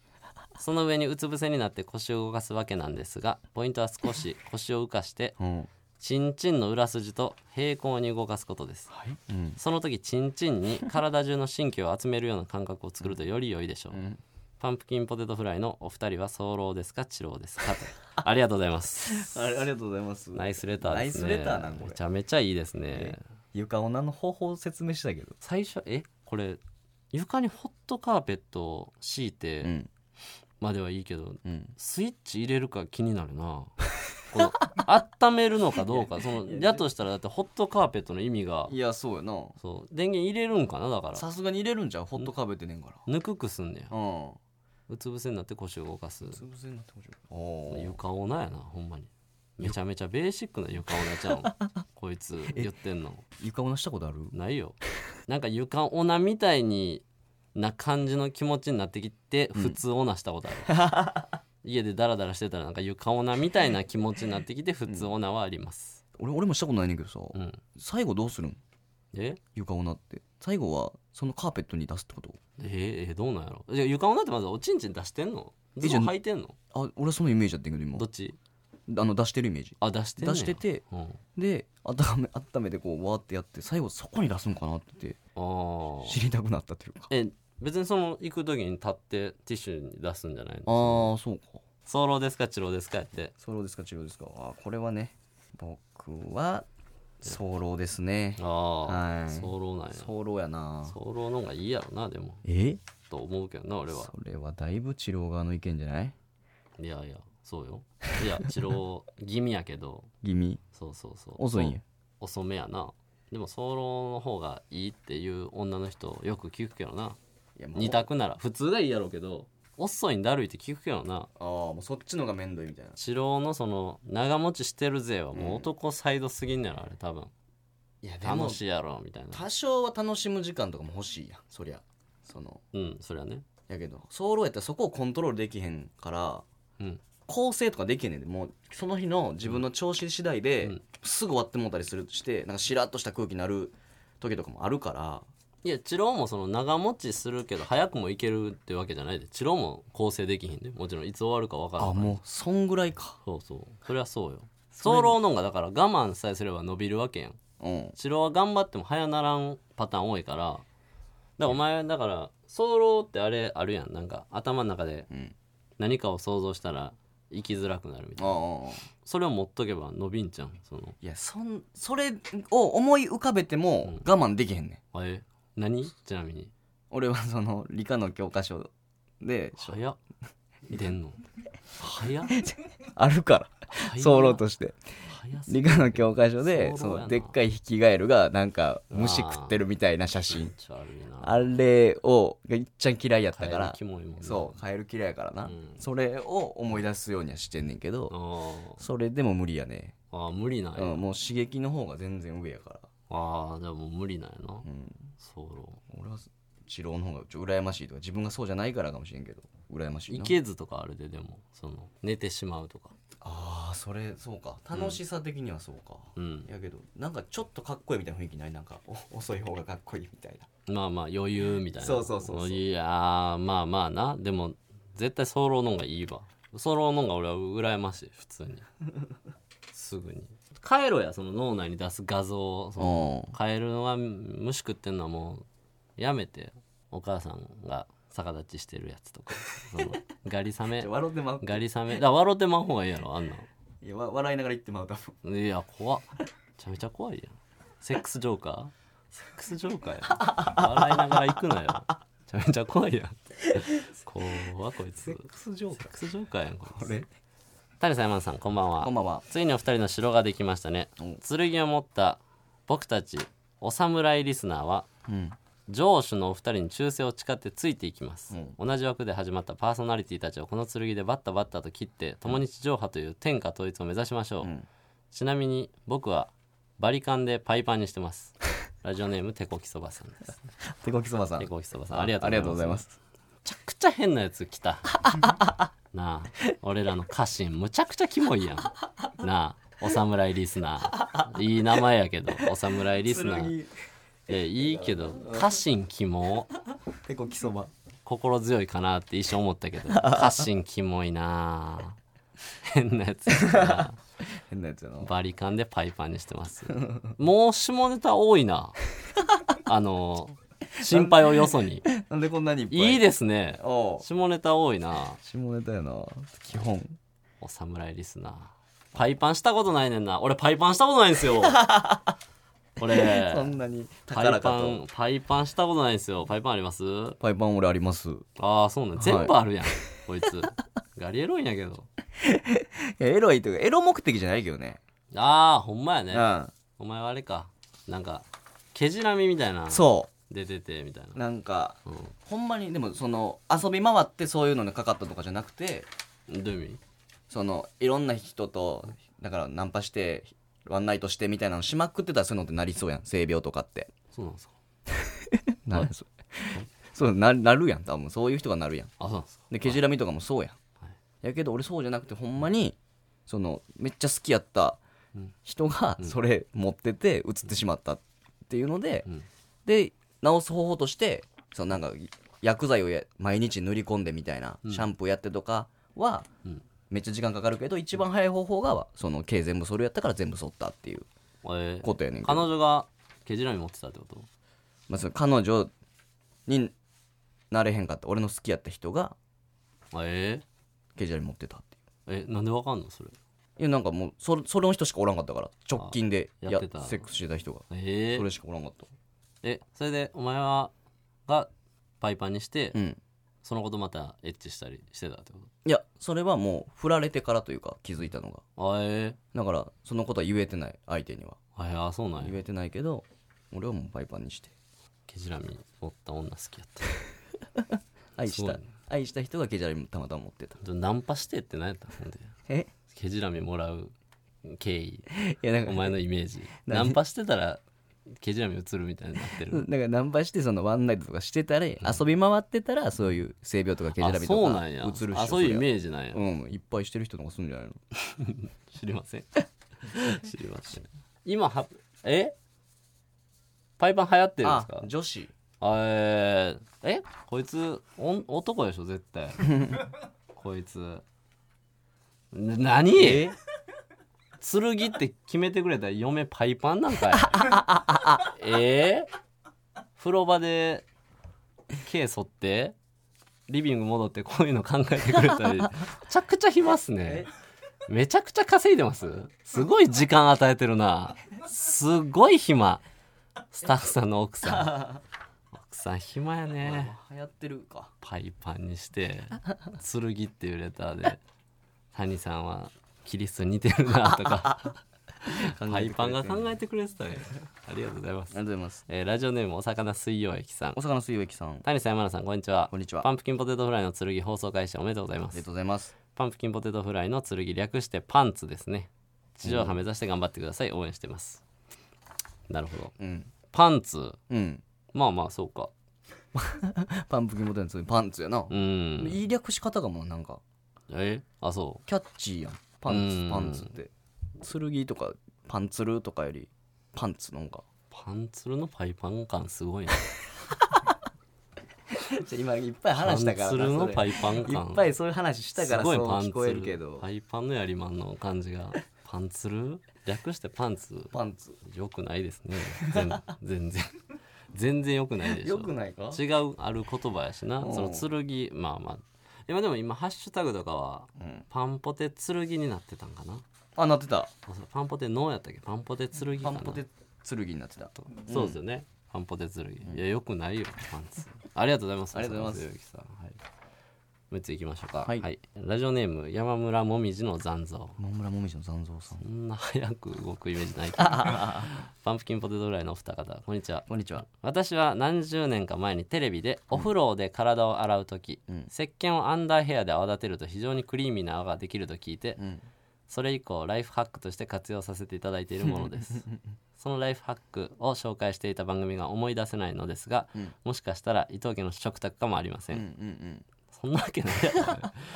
A: その上にうつ伏せになって腰を動かすわけなんですがポイントは少し腰を浮かして
B: うん
A: チンチンの裏筋と平行に動かすことです
B: はいうん
A: その時チンチンに体中の神経を集めるような感覚を作るとより良いでしょう、
B: ん
A: パンプキンポテトフライのお二人は早漏ですか治療ですかとありがとうござ います
B: あれありがとうございます
A: ナイスレターですね
B: ナイスレターなんこれ
A: めちゃめちゃいいですね
B: 床女の方法を説明したけど
A: 最初えこれ床にホットカーペットを敷いて
B: ん
A: まではいいけど、
B: うん
A: スイッチ入れるか気になるなこの温めるのかどうかそのやとしたらだってホットカーペットの意味が
B: いやそうやな
A: そう電源入れるんかなだから
B: さすがに入れるんじゃんホットカーペットねんか
A: ぬくくすんねや
B: らうん
A: うつ伏せになって腰を動かす
B: つぶせになってほしいおー
A: 床オナやなほんまにめちゃめちゃベーシックな床オナちゃうんこいつ言ってんの
B: 床女したことある
A: ないよなんか床オナみたいにな感じの気持ちになってきて普通オナしたことある、家でダラダラしてたらなんか床オナみたいな気持ちになってきて普通オナはあります、
B: 俺俺もしたことないねんけどさ
A: うん、
B: 最後どうするん
A: え
B: 床女って最後はそのカーペットに出すってこと
A: ええどうなんやろじゃあ床オナってまずおちんちん出してんのズボン履いてんの
B: あ俺そのイメージだったけど今
A: どっち
B: あの出してるイメージ
A: あ出してんねや
B: 出してて
A: うん、あ
B: で温め 温めてこうわーってやって最後そこに出すんかなって
A: ー
B: 知りたくなったというか
A: え別にその行く時に立ってティッシュに出すんじゃない
B: あ
A: の
B: あそうか
A: ソロですかチロですかって
B: ソロですか治療ですかあーこれはね僕はソロですね
A: あ
B: は
A: あ
B: い
A: ソロなんやソ
B: ソロやな
A: ロの方がいいやろなでも
B: え
A: と思うけどな俺は
B: それはだいぶ治療側の意見じゃない
A: いやいやそうよいやチロ気味やけど
B: 気味
A: そうそうそう
B: 遅いんや
A: 遅めやなでもソロの方がいいっていう女の人よく聞くけどない
B: やもう
A: 二択なら普通がいいやろうけど遅いんだるいって聞くけどな
B: ああもうそっちのが面倒いみたいな
A: 治療のその長持ちしてる勢はもう男サイドすぎんねやろあれ多分
B: いやでも
A: 楽しいやろみたいな
B: 多少は楽しむ時間とかも欲しいやんそりゃその
A: うんそりゃね
B: やけどソロやったらそこをコントロールできへんから
A: うん
B: 構成とかできへんねんでもうその日の自分の調子次第で、
A: うん
B: すぐ終わってもうたりするしてなんかしらっとした空気になる時とかもあるから
A: いや治療もその長持ちするけど早くもいけるってわけじゃないで治療も構成できひんでもちろんいつ終わるか分からんから
B: もうそんぐらいか
A: そうそうそりゃそうよ早漏の方がだから我慢さえすれば伸びるわけやん
B: うん
A: 治療は頑張っても早ならんパターン多いからだからお前だから早漏ってあれあるやんなんか頭の中で
B: うん
A: 何かを想像したら生きづらくなるみたいな
B: ああ
A: それを持っとけば伸びんじゃんその
B: いやそんそれを思い浮かべても我慢できへんねん、
A: あえ何ちなみに
B: 俺はその理科の教科書で
A: 早っ出んの 早っ
B: あるから
A: 早っ
B: ソロとして
A: 早すぎ
B: 理
A: る
B: 科の教科書で
A: 早
B: そ
A: 漏やな
B: のでっかいヒキガエルがなんか虫食ってるみたいな写真
A: 気持ち悪いな
B: あれをがいっちゃん嫌いやったか
A: 帰
B: ら
A: る気もいいもんな
B: そうカエル嫌いやからな、
A: うん
B: それを思い出すようにはしてんねんけど、
A: あ
B: それでも無理やね、
A: ーあー無理なんや、
B: うん、もう刺激の方が全然上やから、
A: ああでも無理なんやな
B: うん、
A: ソロ
B: 俺は治療の方がちょ羨ましいとか自分がそうじゃないからかもしれんけど羨ましい
A: い
B: な
A: けずとかあるででもその寝てしまうとか
B: ああそれそうか楽しさ的にはそうか、
A: うん
B: やけどなんかちょっとかっこいいみたいな雰囲気ないなんかお遅い方がかっこいいみたいな
A: まあまあ余裕みたいな
B: そうそうそうそう
A: いやーまあまあなでも絶対ソロの方がいいわソロの方が俺は羨ましい普通 にすぐに帰ろやその脳内に出す画像をその
B: う
A: カエルは虫食ってんのはもうやめてお母さんが逆立ちしてるやつとかそのガリ サメ
B: ん笑ってまう
A: ガリサメだから笑ってまん方がいいやろあんない
B: やわ笑いながら言ってまう多分
A: のいや怖っめちゃめちゃ怖いやんセックスジョーカーセックスジョーカーやん笑いながら行くなよめちゃめちゃ怖いやん怖っこいつセッ
B: クスジョー
A: クスジョーカーやんこい
B: こ
A: つ
B: れ
A: 谷さん山田さんこんばんは
B: こんばんは
A: ついにお二人の城ができましたね
B: うん
A: 剣を持った僕たちお侍リスナーは
B: うん
A: 上司のお二人に忠誠を誓ってついていきます、
B: う
A: 同じ枠で始まったパーソナリティたちをこの剣でバッタバッタと切って共に地上波という天下統一を目指しましょう、
B: ん
A: ちなみに僕はバリカンでパイパンにしてます ラジオネームテコキそばさんです
B: 手こきそばさん
A: テコキそばさんありがとうございます
B: す
A: むちゃくちゃ変なやつ来た なあ俺らの家臣むちゃくちゃキモいやんなあお侍リスナーいい名前やけどお侍リス ナーえいいけど家臣キモ
B: 手こきそば
A: 心強いかなって一瞬思ったけ ど家臣キモいな変なやつやな
B: 変なやつやな
A: バリカンでパイパンにしてますもう下ネタ多 いなあの心配をよ そに
B: なんでこんなにいっぱい
A: いいですね
B: おう
A: 下ネタ多いな
B: 下ネタやな基本
A: お侍リスナーパイパンしたことないねんな俺パイパンしたことないんで すよ俺
B: そんなに
A: パ
B: 高ら
A: イ
B: か
A: パ
B: と
A: ンパイパンしたことないんですよパイパンあります
B: パイパン俺あります
A: ああそうなん全部あるやん、こ いつガリエロいんやけど
B: いやエロいというかエロ目的じゃないけどね
A: ああほんまやね、
B: うん
A: お前はあれかなんか毛じらみみたいな
B: そ
A: 出ててみたいな
B: うなんか
A: う
B: ほんまにでもその遊び回ってそういうのにかかったとかじゃなくて
A: んどういう意味
B: そのいろんな人とだからナンパしてワンナイトしてみたいなのしまくってたらそういうのってなりそうやん性病とかって
A: そうなんですか
B: な るそうななるやん多分そういう人がなるやん
A: あそうなんですか
B: で毛じらみとかもそうやん、
A: はい
B: やけど俺そうじゃなくてほんまにそのめっちゃ好きやった人がそれ持ってて移ってしまったっていうので、
A: うん
B: で治す方法としてそのなんか薬剤をや毎日塗り込んでみたいな、シャンプーやってとかは
A: うん
B: めっちゃ時間かかるけど一番早い方法がその毛全部剃るやったから全部剃ったっていう
A: えー
B: ことやねんけど
A: 彼女が毛じらみ持ってたってこと
B: まあ、その彼女になれへんかった俺の好きやった人が
A: え
B: ケジャリ持ってたってい
A: ー、えなんでわかんのそれ
B: ういやなんかもうそそれの人しかおらんかったから直近で
A: あ
B: や
A: やってた
B: セックスしてた人が
A: え
B: そ
A: ー、
B: れしかおらんかった
A: えそれでお前はがパイパンにして、
B: うん
A: そのことまたエッチしたりしてたってこ
B: いやそれはもう振られてからというか気づいたのが
A: とあえ
B: だからそのことは言えてない相手には
A: ー、あえー、あそうなん
B: 言
A: や
B: えてないけど俺はもうパイパンにして
A: 毛じらみ持った女好きやった
B: 愛し
A: そう
B: た
A: やね
B: 愛した人がケジャリたまたま持ってた
A: でナンパしてって何やったほんで
B: え
A: 毛じらみもらう経緯
B: いやなん
A: お
B: か
A: 前のイメージナンパしてたら毛じらみ映るみたいになって
B: なん
A: る
B: かナンパしてそのワンナイトとかしてたら遊び回ってたらそういう性病とかケジャ
A: あ
B: ラビと
A: そう
B: か
A: なんや
B: うつるし
A: あそういうイメージなんや、
B: うん、いっぱいしてる人とかするんじゃないの
A: 知りません 知りません今はえパイパン流行ってるんですか
B: 女子
A: あえーえこいつおん男でしょ絶対こいつな何剣って決めてくれた嫁パイパンなんかやえー風呂場で毛剃ってリビング戻ってこういうの考えてくれたりめちゃくちゃ暇っすねめちゃくちゃ稼いでますすごい時間与えてるなすごい暇スタッフさんの奥さん奥さん暇やね
B: 流行ってる か
A: パイパンに して「剣」っていうレターで「谷さんはキリストに似てる な」とかパイパンが考えてくれてたねありがとうございま
B: あり
A: す
B: がとうございます
A: えーラジオネームお魚水溶液さ
B: 大
A: ん
B: 阪の水曜日さんあ
A: 谷さん山田さんこんにちは
B: こんにちは
A: パンプキンポテトフライの剣放送開始おめでとうございま
B: りが
A: す
B: とうございます
A: パンプキンポテトフライの剣略してパンツですね地上波目指して頑張ってください応援してますなるほど
B: うん
A: パンツ
B: うん
A: まあまあそうか
B: パンプキンボタンのパンツやな、
A: うん
B: 言い略し方がもうなんか
A: えあそう
B: キャッチーやんパン
A: うん
B: ツパンツって剣とかパンツルとかよりパンツの方が
A: パンツルのパイパン感すごいな。
B: 今いっぱい
A: パンツルのパ
B: い
A: イパン感。
B: いそういう話した
A: すごいパンツルパイパンのやりまんの感じが。パンツル略してパンツ。
B: パンツ
A: よくないですね。全全 然。全然よくないでし
B: よ
A: ょ。
B: くないか
A: 違うある言葉やしな。
B: うん
A: その剣、まあまあ。今でも今ハッシュタグとかは、
B: うん
A: パンポテ剣になってたんかな。
B: あなってた
A: あそうパンポテノーやったっけパンポテ剣
B: パ
A: か
B: ン
A: な。
B: ポテ剣になってた
A: そうですよね。パンポテ剣。いや、よくないよ、パンツ。ありがとうございます。
B: ありがとうございます
A: ます。鈴木さんはい。もう一ついきましょうか。は
B: はい
A: い。ラジオネーム、山村もみじの残像。
B: 野村もみじの残像さん
A: こんな早く動くイメージな いけどパンプキンポテトフライのお二方、こんにちは。
B: こんにちは
A: 私は何十年か前にテレビでお風呂で体を洗う時、
B: うん
A: 石鹸をアンダーヘアで泡立てると非常にクリーミーな泡ができると聞いて、
B: うん
A: それ以降ライフハックとして活用させていただいているものです そのライフハックを紹介していた番組が思い出せないのですが、
B: うん
A: もしかしたら伊藤家の食卓かもありませ、
B: うんんうん
A: そんなわけない や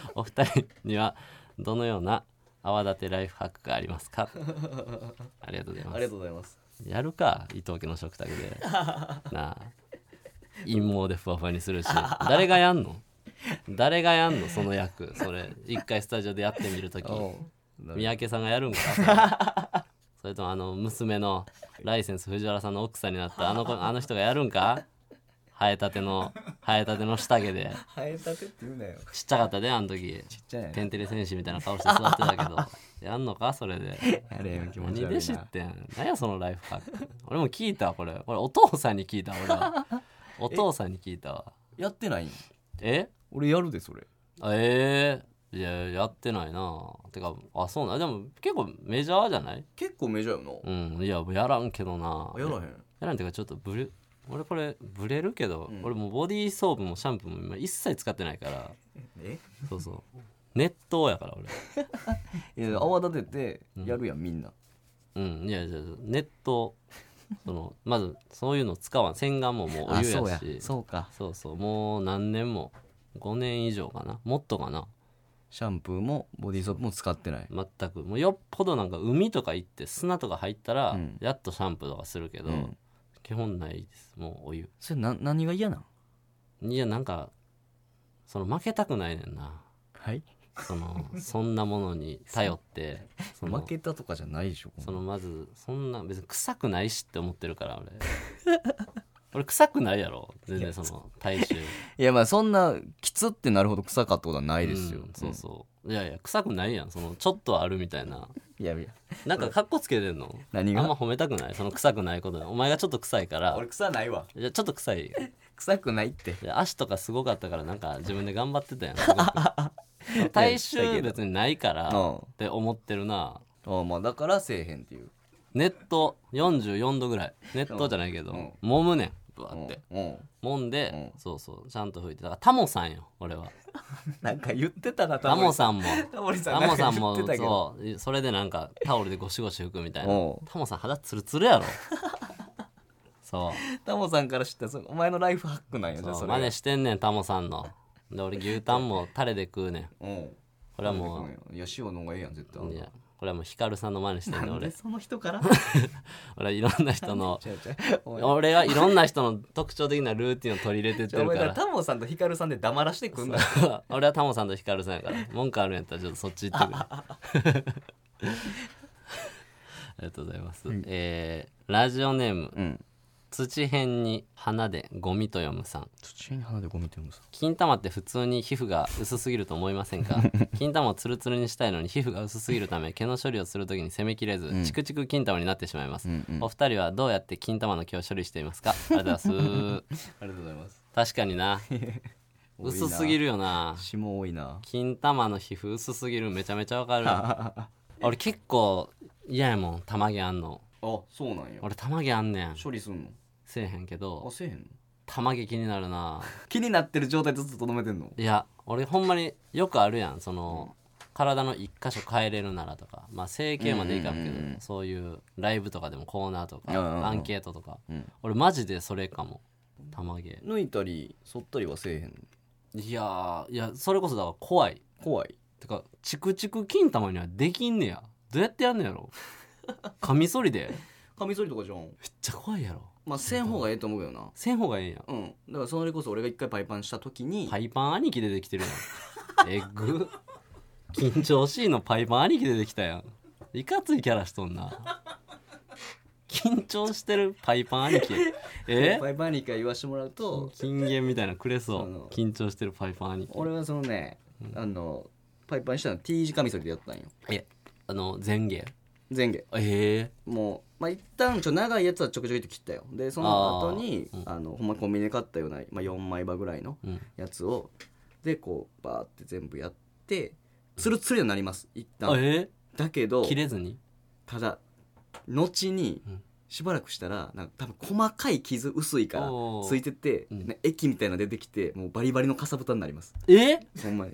A: ろお二人にはどのような泡立てライフハックがありますかありがとうござい
B: うん
A: ま
B: ありが
A: す
B: とうございます
A: やるか伊藤家の食卓 でなあ陰謀でふわふわにするし誰がやんの誰がやんのその役それ一回スタジオでやってみるとき三宅さんがやるんか なそれともあの娘のライセンス藤原さんの奥さんになったあの子あの人がやるんか生えたての生えたての下着で
B: 生えたてって言うなよ
A: ちっちゃかったであの時
B: ちっちゃいね
A: テンテレ戦士みたいな顔して座ってたけどやんのかそれで
B: あれ気持
A: 何
B: ち悪
A: で
B: い
A: 知
B: な
A: ってん何やそのライフハック俺も聞いたわこれこれお父さんに聞いたわ俺 はお父さんに聞いたわ
B: やってないん
A: え
B: 俺やるでそれ
A: あええいややってないなてかあそうなんでも結構メジャーじゃない
B: 結構メジャーやよ
A: うんいややらんけどな
B: なやらへん
A: やらんていうかちょっとブレ俺これブレるけど、俺もうボディーソープもシャンプーも今一切使ってないから
B: え
A: そうそう 熱湯やから俺
B: いや泡立ててやるやんみんな
A: うんいやいやいや熱湯そのまずそういうの使わん洗顔ももうお湯やし
B: うか
A: そうそうもう何年も5年以上かなもっとかな
B: シャンプーもボディーソープも使ってない
A: 全くもうよっぽどなんか海とか行って砂とか入ったら、
B: うん
A: やっとシャンプーとかするけど、
B: うん
A: 基本ないですもうお湯
B: それな何が嫌なん
A: いやなんかその負けたくないねんな
B: はい
A: そのそんなものに頼ってその
B: 負けたとかじゃないでしょ
A: そのまずそんな別に臭くないしって思ってるから俺俺臭くないやろ全然その大衆
B: いやまあそんなきつってなるほど臭かったことはないですよ、
A: うんそうそういやいや臭くないやんそのちょっとはあるみたいない
B: やいや
A: なんかカッコつけてんの
B: 何が
A: あんま褒めたくないその臭くないことでお前がちょっと臭いから
B: 臭ないわ
A: いやちょっと臭い
B: 臭くないって
A: で足とかすごかったからなんか自分で頑張ってたやんすごく体臭別にないから
B: うん
A: って思ってるな
B: ああまあだからせえへんっていう
A: 熱湯44度ぐらい熱湯じゃないけど、
B: うん
A: 揉むねんぶわって、
B: うんうん
A: 揉んで、
B: う
A: そうそうちゃんと拭いてだからタモさんよ俺は
B: なんか言ってたな
A: タモさんも
B: タモリさ
A: タ
B: んな
A: モ
B: んか
A: さん
B: 言っ
A: も
B: てたけど
A: そうそれでなんかタオルでゴシゴシ拭くみたいな
B: うん
A: タモさん肌ツルツルやろそ
B: タモさんから知ったらそのお前のライフハックなんや
A: う
B: じゃあ
A: そ
B: そうれが
A: 真似してんねんタモさんので俺牛タンもタレで食うねん
B: うん
A: これはも
B: ういや塩の方がええやん絶
A: うい
B: 対
A: やこれはもうヒカルさんの真似してん
B: な
A: ねん
B: んで
A: 俺
B: その人 から
A: 俺はいろんな人の
B: 違う違 うお前
A: 俺はいろんな人の特徴的なルーティンを取り入れてって
B: お
A: るか
B: 前だから
A: ら
B: タモさんとヒカルさんで黙らしてくんな
A: 俺はタモさんとヒカルさんやから文句あるんやったらちょっとそっち行ってくれあ りがとうございます、えーラジオネーム
B: うん
A: 土辺に花でゴミと読むさん
B: 土に花でゴミって読むさ
A: 金玉って普通に皮膚が薄すぎると思いませ んか金玉をツルツルにしたいのに皮膚が薄すぎるため毛の処理をするときに攻めきれず、チクチク金玉になってしまいます、
B: うんうん
A: お二人はどうやって金玉の毛を処理していますかありがとうございます
B: ありがとうございます
A: 確かにな薄すぎ
B: る
A: るよな
B: 霜多いな
A: 金玉の皮膚薄すぎるめちゃめちゃわ かる俺結構嫌やもん玉毛あんの
B: あそうなんや
A: 俺玉毛あんねん
B: 処理すんの
A: せえへんけど
B: せえへんの
A: 玉毛気になるな
B: 気になってる状態でずっと留めてんの
A: いや俺ほんまによくあるやんその、体の一箇所変えれるならとかまあ整形までいかん
B: うん
A: けど、
B: うんうんうん
A: そういうライブとかでもコーナーとか、
B: うんうんうん
A: アンケートとか、
B: うん
A: 俺マジでそれかも玉毛
B: 抜いたり剃ったりはせえへん
A: いやーいやそれこそだから怖い
B: 怖い
A: てかチクチク金玉にはできんねやどうやってやんのやろ カミソリでめっ
B: カミソリとかじゃん
A: ちゃ怖いやろ
B: まあせん方がええと思うけどな
A: せん方がええんや
B: うんだからそれこそ俺が一回パイパンした時に
A: パイパン兄貴出てきてるやんえぐ緊張しいのパイパン兄貴出てきたやんいかついキャラしとんな緊張してるパイパン兄貴え
B: パイパンに一回言わしてもらうと
A: 金言みたいなのくれ
B: そ
A: そ
B: の
A: う緊張してるパイパン兄貴
B: 俺はそのねあのパイパンしたの T 字カミソリでやったんよ
A: えあの前芸
B: 前下
A: え
B: もうまあ一旦ちょ長いやつはちょくちょくと切ったよでその後に
A: あー
B: あのほんまコンビニで買ったような、まあ、4枚刃ぐらいの
A: えうん
B: やつをでこうバーって全部やってツルツルになります一
A: あ
B: 旦
A: え
B: だけど
A: 切れずに
B: ただ後に
A: うん
B: しばらくしたらなんか多分細かい傷薄いから
A: おー
B: ついてて、
A: うん
B: ね液みたいなの出てきてもうバリバリのかさぶたになります
A: え
B: ほんまに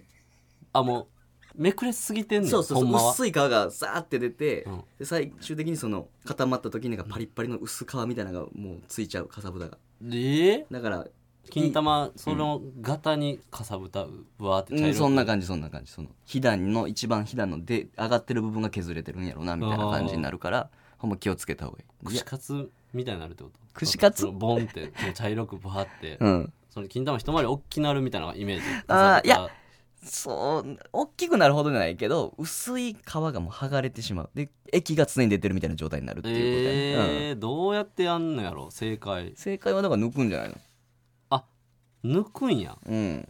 A: あもうめくれすぎてんの
B: そうそう
A: ほ
B: そ
A: ん
B: う、
A: まは
B: 薄い皮がさーって出て、
A: うん
B: で最終的にその固まった時になんかパリッパリの薄皮みたいなのがもうついちゃうかさぶたが
A: ええ
B: だから
A: 金玉その型にかさぶたうわーって
B: うん、そんな
A: 感
B: 感じそんな感じその飛弾の一番飛弾ので上がってる部分が削れてるんやろなみたいな感じになるからほんま気をつけた方がいいいや
A: 串カツみたいになるってこと
B: 串カツ
A: そのボンってその茶色くバーって、
B: うん
A: その金玉一回り大きなるみたいなイメージ
B: あーいや
A: かさ
B: そう大きくなるほどじゃないけど薄い皮がもう剥がれてしまうで液が常に出てるみたいな状態になるっ
A: ぶ
B: て
A: た
B: いうことやね
A: え
B: うん
A: ーどうやってやんのやろ正解
B: 正解はだから抜くんじゃないの
A: 抜くんや
B: うん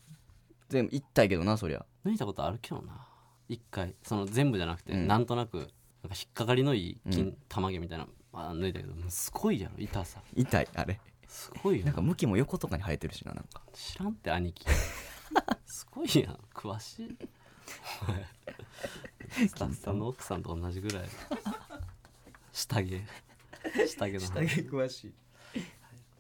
B: 全部一体けどなそりゃ
A: 抜いたことあるけどな一回その全部じゃなくて、
B: うん
A: なんとなくなんか引っかかりのいい
B: うん
A: 金玉毛みたいな、あー抜いたけどもうすごいやろ痛さ
B: 痛いあれ
A: すごいよ
B: なん
A: な
B: か向きも横とかに生えてるしななんか
A: 知らんって兄貴 すごいやん詳しいお前スタッフさんの奥さんと同じぐらい下着下着の話
B: 詳しい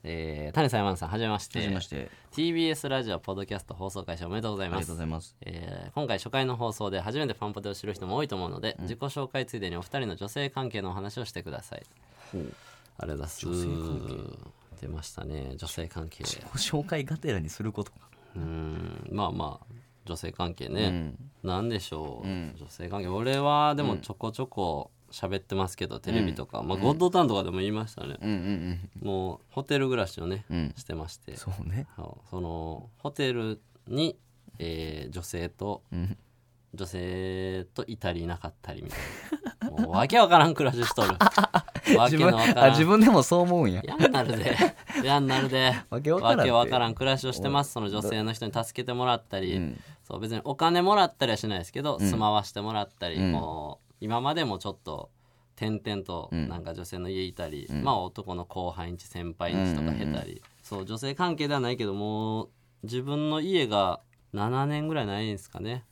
A: えー、谷さん山田さんはじめまして
B: はじめまして
A: TBS ラジオポッドキャスト放送開始おめでとうござ
B: あ
A: い
B: りがとう
A: ます
B: ございます
A: えー今回初回の放送で初めてパンポテを知る人も多いと思うので、自己紹介ついでにお二人の女性関係のお話をしてください
B: ほう
A: あれだす
B: 女性
A: 出ましたね女性関係
B: ご紹介がてらにすることか
A: うーんまあまあ女性関係ね、
B: うん
A: なんでしょう、
B: うん
A: 女性関係俺はでもちょこちょこ喋ってますけど、テレビとか、まあ、ゴッドタンとかでも言いましたね、
B: うんうん
A: もうホテル暮らしをね、
B: うん
A: してまして
B: うん
A: そ
B: そうね
A: うそのホテルに、えー女性と
B: うん
A: 女性といたりいなかったりみたいな もうわけわからん暮らししとるわ
B: 自
A: け
B: 分
A: のわか
B: あ
A: ら
B: 自
A: ん
B: 分でもそう思うんや
A: 嫌になるで嫌になるで
B: わけわからん
A: わ
B: って
A: けわからん暮らしをしてますその女性の人に助けてもらったり、
B: うん
A: そう別にお金もらったりはしないですけど、住まわしてもらったり、
B: うん
A: こう今までもちょっと転々と
B: うん
A: なんか女性の家いたり、まあ男の後輩んち先輩んちとか経たり、
B: うんうん
A: そう女性関係ではないけどもう自分の家が7年ぐらいないんです かね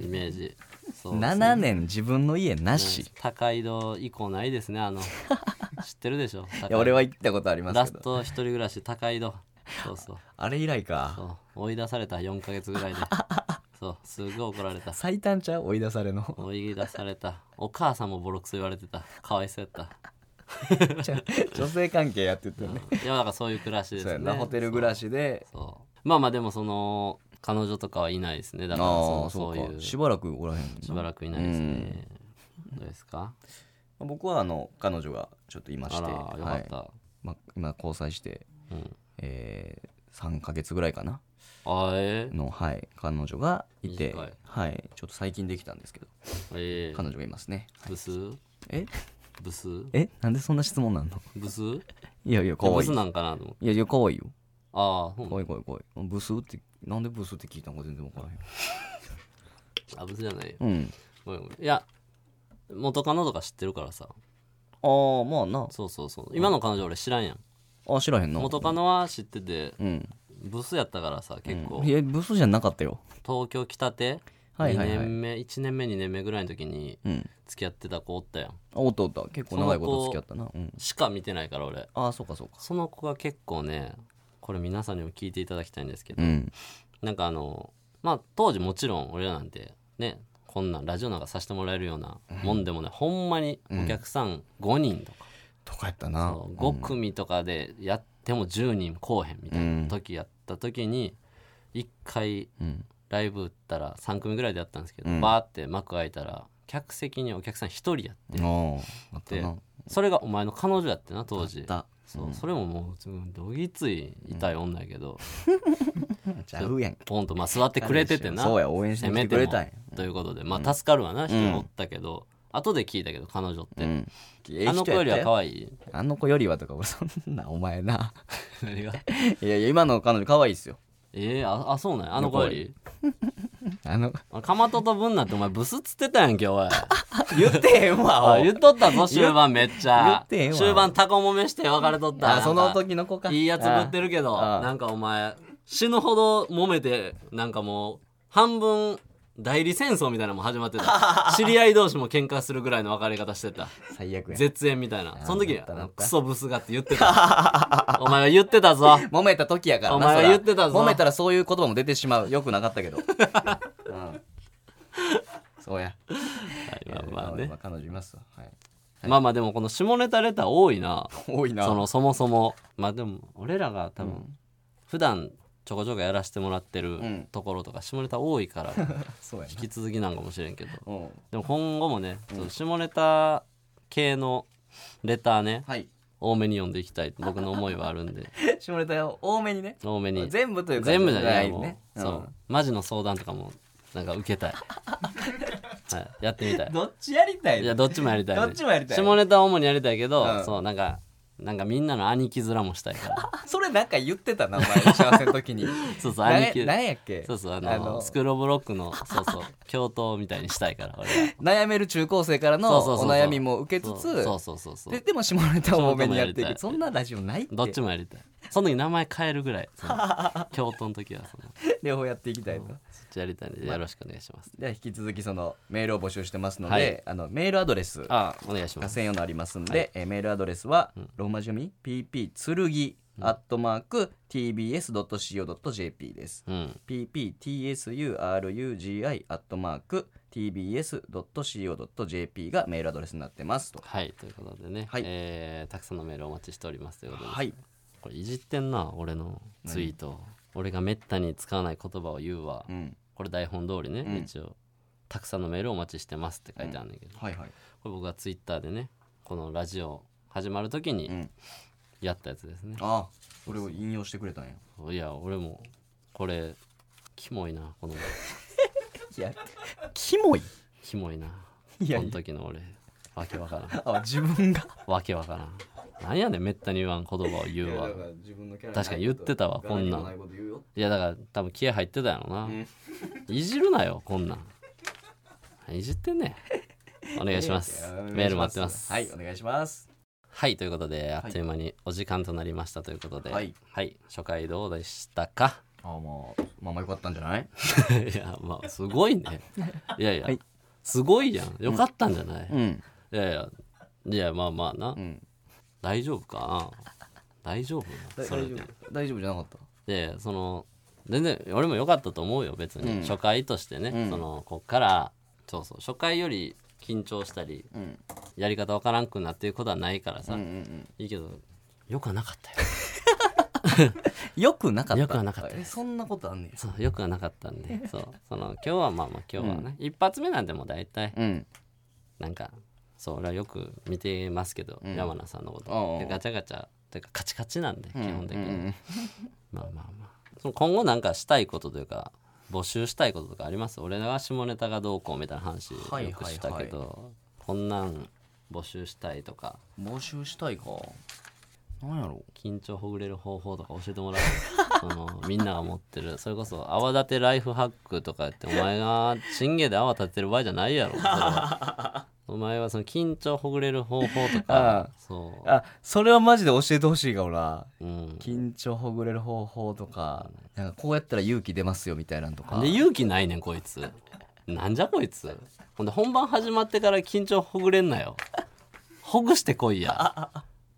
A: イメージそう
B: 7年自分の家なしい
A: 高井戸以降ないですねあの 知ってるでしょ高井戸
B: や俺は行ったことありま
A: ラ
B: す
A: ス
B: けど
A: ト一人暮らし高井戸そうそう
B: あれ以来
A: そ
B: か
A: う追い出された4ヶ月ぐ らいでそうすごい怒られた
B: 最短ちゃう追い出されの
A: 追い出されたお母さんもボロクソ言われてたかわいそうや っ
B: ちゃう女性関係やって言ってね
A: たいやだからそういう暮らしです
B: そう
A: ね
B: やなホテル暮らしで
A: そうそうまあまあでもその彼女とかはいないですねだから
B: ああ
A: そ
B: そ
A: そうういう
B: かし
A: し
B: ばらくおらへんもんな
A: ばらくいないですねどうですか
B: 僕はあの彼女がちょっといまし
A: あ
B: て
A: らよかった、
B: はいまあ、今交際して、
A: うん
B: えー、3か月ぐらいかな
A: あえ
B: の、はい、彼女がいて
A: 短い
B: はい、ちょっと最近できたんですけど
A: ええ
B: 彼女がいますね
A: ブス
B: え
A: ブス
B: えなんでそんな質問なんの
A: ブス
B: いやいや可
A: ブ
B: 愛い
A: スなんかなと思って
B: いやいや可愛いよ
A: ああほん
B: 可愛い可愛い可愛いブスってなんでブスって聞いたのか全然分からへ
A: あブスじゃないよ
B: んうん
A: ごめんごめんいや元カノとか知ってるからさ
B: ああまあな
A: そうそうそう今の彼女俺知らんやん
B: あ知らへんの
A: 元カノは知ってて
B: うん
A: ブスやったからさ結構、
B: いやブスじゃなかったよ
A: 東京来たて
B: はい
A: 2
B: はいはい
A: 年目1年目2年目ぐらいの時に
B: うん
A: 付き合ってた子おったやん
B: あおったおった結構長いこと付き合ったなうん
A: しか見てないから俺
B: ああそうかそうか
A: その子が結構ねこれ皆さんにも聞いていただきたいんですけど、
B: うん
A: なんかあのまあ当時もちろん俺らなんてねこんなんラジオなんかさせてもらえるようなもんでもね、ほんまにお客さん5人とか、
B: とかやったな
A: そう5組とかでやっても10人来おへんみたいな時やった時に1回
B: うん
A: ライブ打ったら3組ぐらいでやったんですけど、
B: うん
A: バーって幕開いたら客席にお客さん1人やって
B: あああった
A: で
B: な
A: それがお前の彼女やってな当
B: あ
A: 時
B: った
A: そう、それももううんどぎつい痛い女やけど、
B: ちゃうやん
A: ポンとまあ座ってくれててな
B: そうや応援して
A: せ
B: き
A: め
B: て
A: て
B: く
A: も
B: れたんや
A: ということでまあ助かるわな人もおったけど、後で聞いたけど彼女って、
B: うん
A: あの子よりは可愛い
B: あの子よりはとか俺そんなお前 な
A: 何が
B: いやいや今の彼女可愛いっすよ
A: ええああそうなんやあの子より
B: あ の
A: あかまととぶんなんてお前ブスっつってたやんけおい
B: 言ってへんわ
A: あ言っとったぞ終盤めっちゃ
B: 言ってへんわ
A: 終盤タコもめして別れとった
B: あその時の子か
A: いいやつぶってるけど
B: ああ
A: なんかお前死ぬほど揉めてなんかもう半分代理戦争みたいなのも始まって た知り合い同士も喧嘩するぐらいの別れ方して た
B: あ最悪や
A: 絶縁みたいなその時
B: なったなった
A: あのクソブスがって言ってた お前は言ってたぞ
B: 揉めた時やからな
A: お前が
B: そら
A: 言ってたぞ
B: 揉めたらそういう言葉も出てしまうよくなかったけ ど、うん、そうや
A: はいまあまあね
B: 今彼女いますわ、はい、
A: まあまあでもこの下ネタレター多いな
B: 多いな
A: そのそもそもまあでも俺らが多分普段ちょこちょこやらせてもらってる
B: ん
A: ところとか下ネタ多いから
B: そうや
A: 引き続きなんかもしれんけど
B: なうん
A: でも今後もねちょっと下ネタ系のレターね
B: はい
A: 多めに読んでいきたい僕の思いはあるん で
B: 下ネタを多めにね
A: 多めに
B: 全部というか
A: 全部じゃないも
B: ね
A: うそうマジの相談とかもなんか受けた いはいやってみた
B: うん
A: い
B: どっちやりたい
A: いやどっちもやりたいね
B: どっちもやりたい
A: 下ネタは主にやりたいけ
B: う
A: ど
B: ん
A: そうなんかなんかみんなの兄貴面もしたいから
B: それなんか言ってたなお前打ち合わせの時に
A: そうそう、
B: な
A: 兄
B: ん
A: 貴
B: や。なんやっけ
A: そうそう、あの、スクールオブロックの、そう そう、教頭みたいにしたいから、俺は。
B: 悩める中高生からの
A: そうそうそう
B: お
A: そう
B: 悩みも受けつ
A: そうそう
B: つ
A: そうそうそう
B: ででも下ネタを多めにやっていく
A: 下ネタもやりたい
B: そんなラジオないって
A: どっちもやりたい。その時名前変えるぐらい、その教頭の時は、その、そっ
B: 両方やっていきたいと
A: ちやりたいんで、よろしくお願いします。
B: では引き続きそのメールを募集してますので、
A: はい
B: あのメールアドレスが
A: あ、お願いします。
B: 専用のありますんで、えーメールアドレスは、ローマ字読み pp つるぎアットマーク tbs.co.jp です、
A: うん。
B: pptsurugi アットマーク tbs.co.jp がメールアドレスになってますと
A: はい、ということでね、
B: はい
A: えーたくさんのメールお待ちしておりますということで、
B: はい
A: これいじってんな、俺のツイートを。俺がめったに使わない言葉を言うわ。
B: うん
A: これ台本通りね、
B: うん
A: 一応。たくさんのメールお待ちしてますって書いてあるんだけど。
B: はいはい
A: これ僕がツイッターでねこのラジオ始まる時
B: う
A: に
B: ん
A: やったやつですね、
B: ああそれを引用してくれたんや
A: いや俺もこれキモいなこの
B: いやキモい
A: キモいない
B: やいや
A: この時の俺わけわからん
B: あ自分が
A: わけわからんなんやねんめったに言わん言葉を言うわ確かに言ってたわこんなんいやだから多分気合入ってたやろな、
B: ん
A: いじるなよこんなんいじってんねんお願いしますメール待ってます
B: はいお願いします
A: はいということであっという間にお時間となりましたということでは
B: はい、
A: 初回どうでしたか
B: あまあまあまあよかったんじゃない
A: いやまあすごいね いやいや、
B: はい
A: すごいやんよかったんじゃない、い
B: ん
A: やいやいやまあまあな、
B: ん
A: 大丈夫かな大丈夫
B: 大
A: それ
B: 丈
A: で
B: 夫大丈夫じゃなかっ
A: でその全然俺も良かったと思うよ別に、
B: うん
A: 初回としてね、
B: うん
A: そのこっからそうそう初回より緊張したり
B: たうん
A: やり方わからんくなっていうことはないからさ、
B: うんうん
A: いいけどよくはなかったよ
B: う んよくなかった
A: よくはなかった
B: えそんなことあんねや
A: そうよくはなかったんでそうその今日はまあまあ今日はね、一発目なんでもう大体
B: うん
A: なんかそう俺はよく見てますけど、
B: うん
A: 山名さんのこと、
B: おうおう
A: でガチャガチャてかカチカチなんで、基本的に、
B: うんうんうん
A: まあまあまあその今後なんかしたいことというか募集したいこととかあります俺は下ネタがどうこうみたいな話よ
B: はいはいはい
A: くしたけど、こんなん募集したいとか
B: 募集したいかなんやろ
A: 緊張ほぐれる方法とか教え てもらうそのみんなが持ってるそれこそ泡立てライフハックとかってお前がチンゲで泡立ててる場合じゃないやろそれは お前はその緊張ほぐれる方法と
B: ああ
A: かそう
B: あそれはマジで教えてほしいかもな
A: うん
B: 緊張ほぐれる方法とかなんかこうやったら勇気出ますよみたいなんとか
A: で勇気ないねんこいつなんじゃこいつほんで本番始まってから緊張ほぐれんなよほぐしてこいや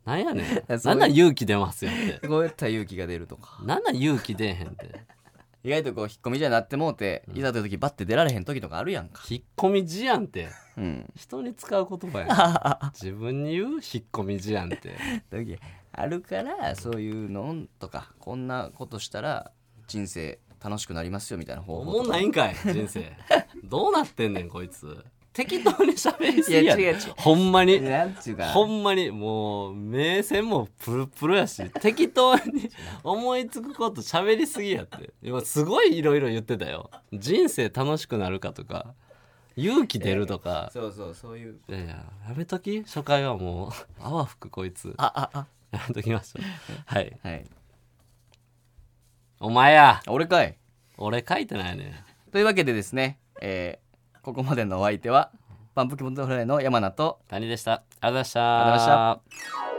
A: なんやねん
B: そうう
A: ない
B: ん
A: なん勇気出ますよって
B: こうやったら勇気が出るとか
A: なんなん勇気出えへんって
B: 意外とこう引っ込みじゃなってもうて、いざという時バッて出られへん時とかあるやんか
A: 引っ込み思案って
B: うん
A: 人に使う言葉やん自分に言う引っ込み思案って
B: 時あるからそういうのとかこんなことしたら人生楽しくなりますよみたいな方法
A: おも
B: と
A: ん
B: か
A: ないんかい人生どうなってんねんこいつ適当に喋りすぎや
B: いや
A: ね
B: 違う違
A: ん
B: う
A: ほんまに
B: なんちゅうか
A: ほんまにもう名線もプルプルや し適当に思いつくこと喋りすぎやって今すごいいろいろ言ってたよ人生楽しくなるかとか勇気出るとか、
B: そうそうそういう
A: いやいややめとき初回はもう泡吹くこいつ
B: あああ
A: やめときましょうはい
B: はい
A: お前や
B: 俺かい
A: 俺書いてないね
B: というわけでですね、えーここまでのお相手はパンプキンポテトフライの山名と
A: 谷でしたありがとうございました
B: ありがとうございました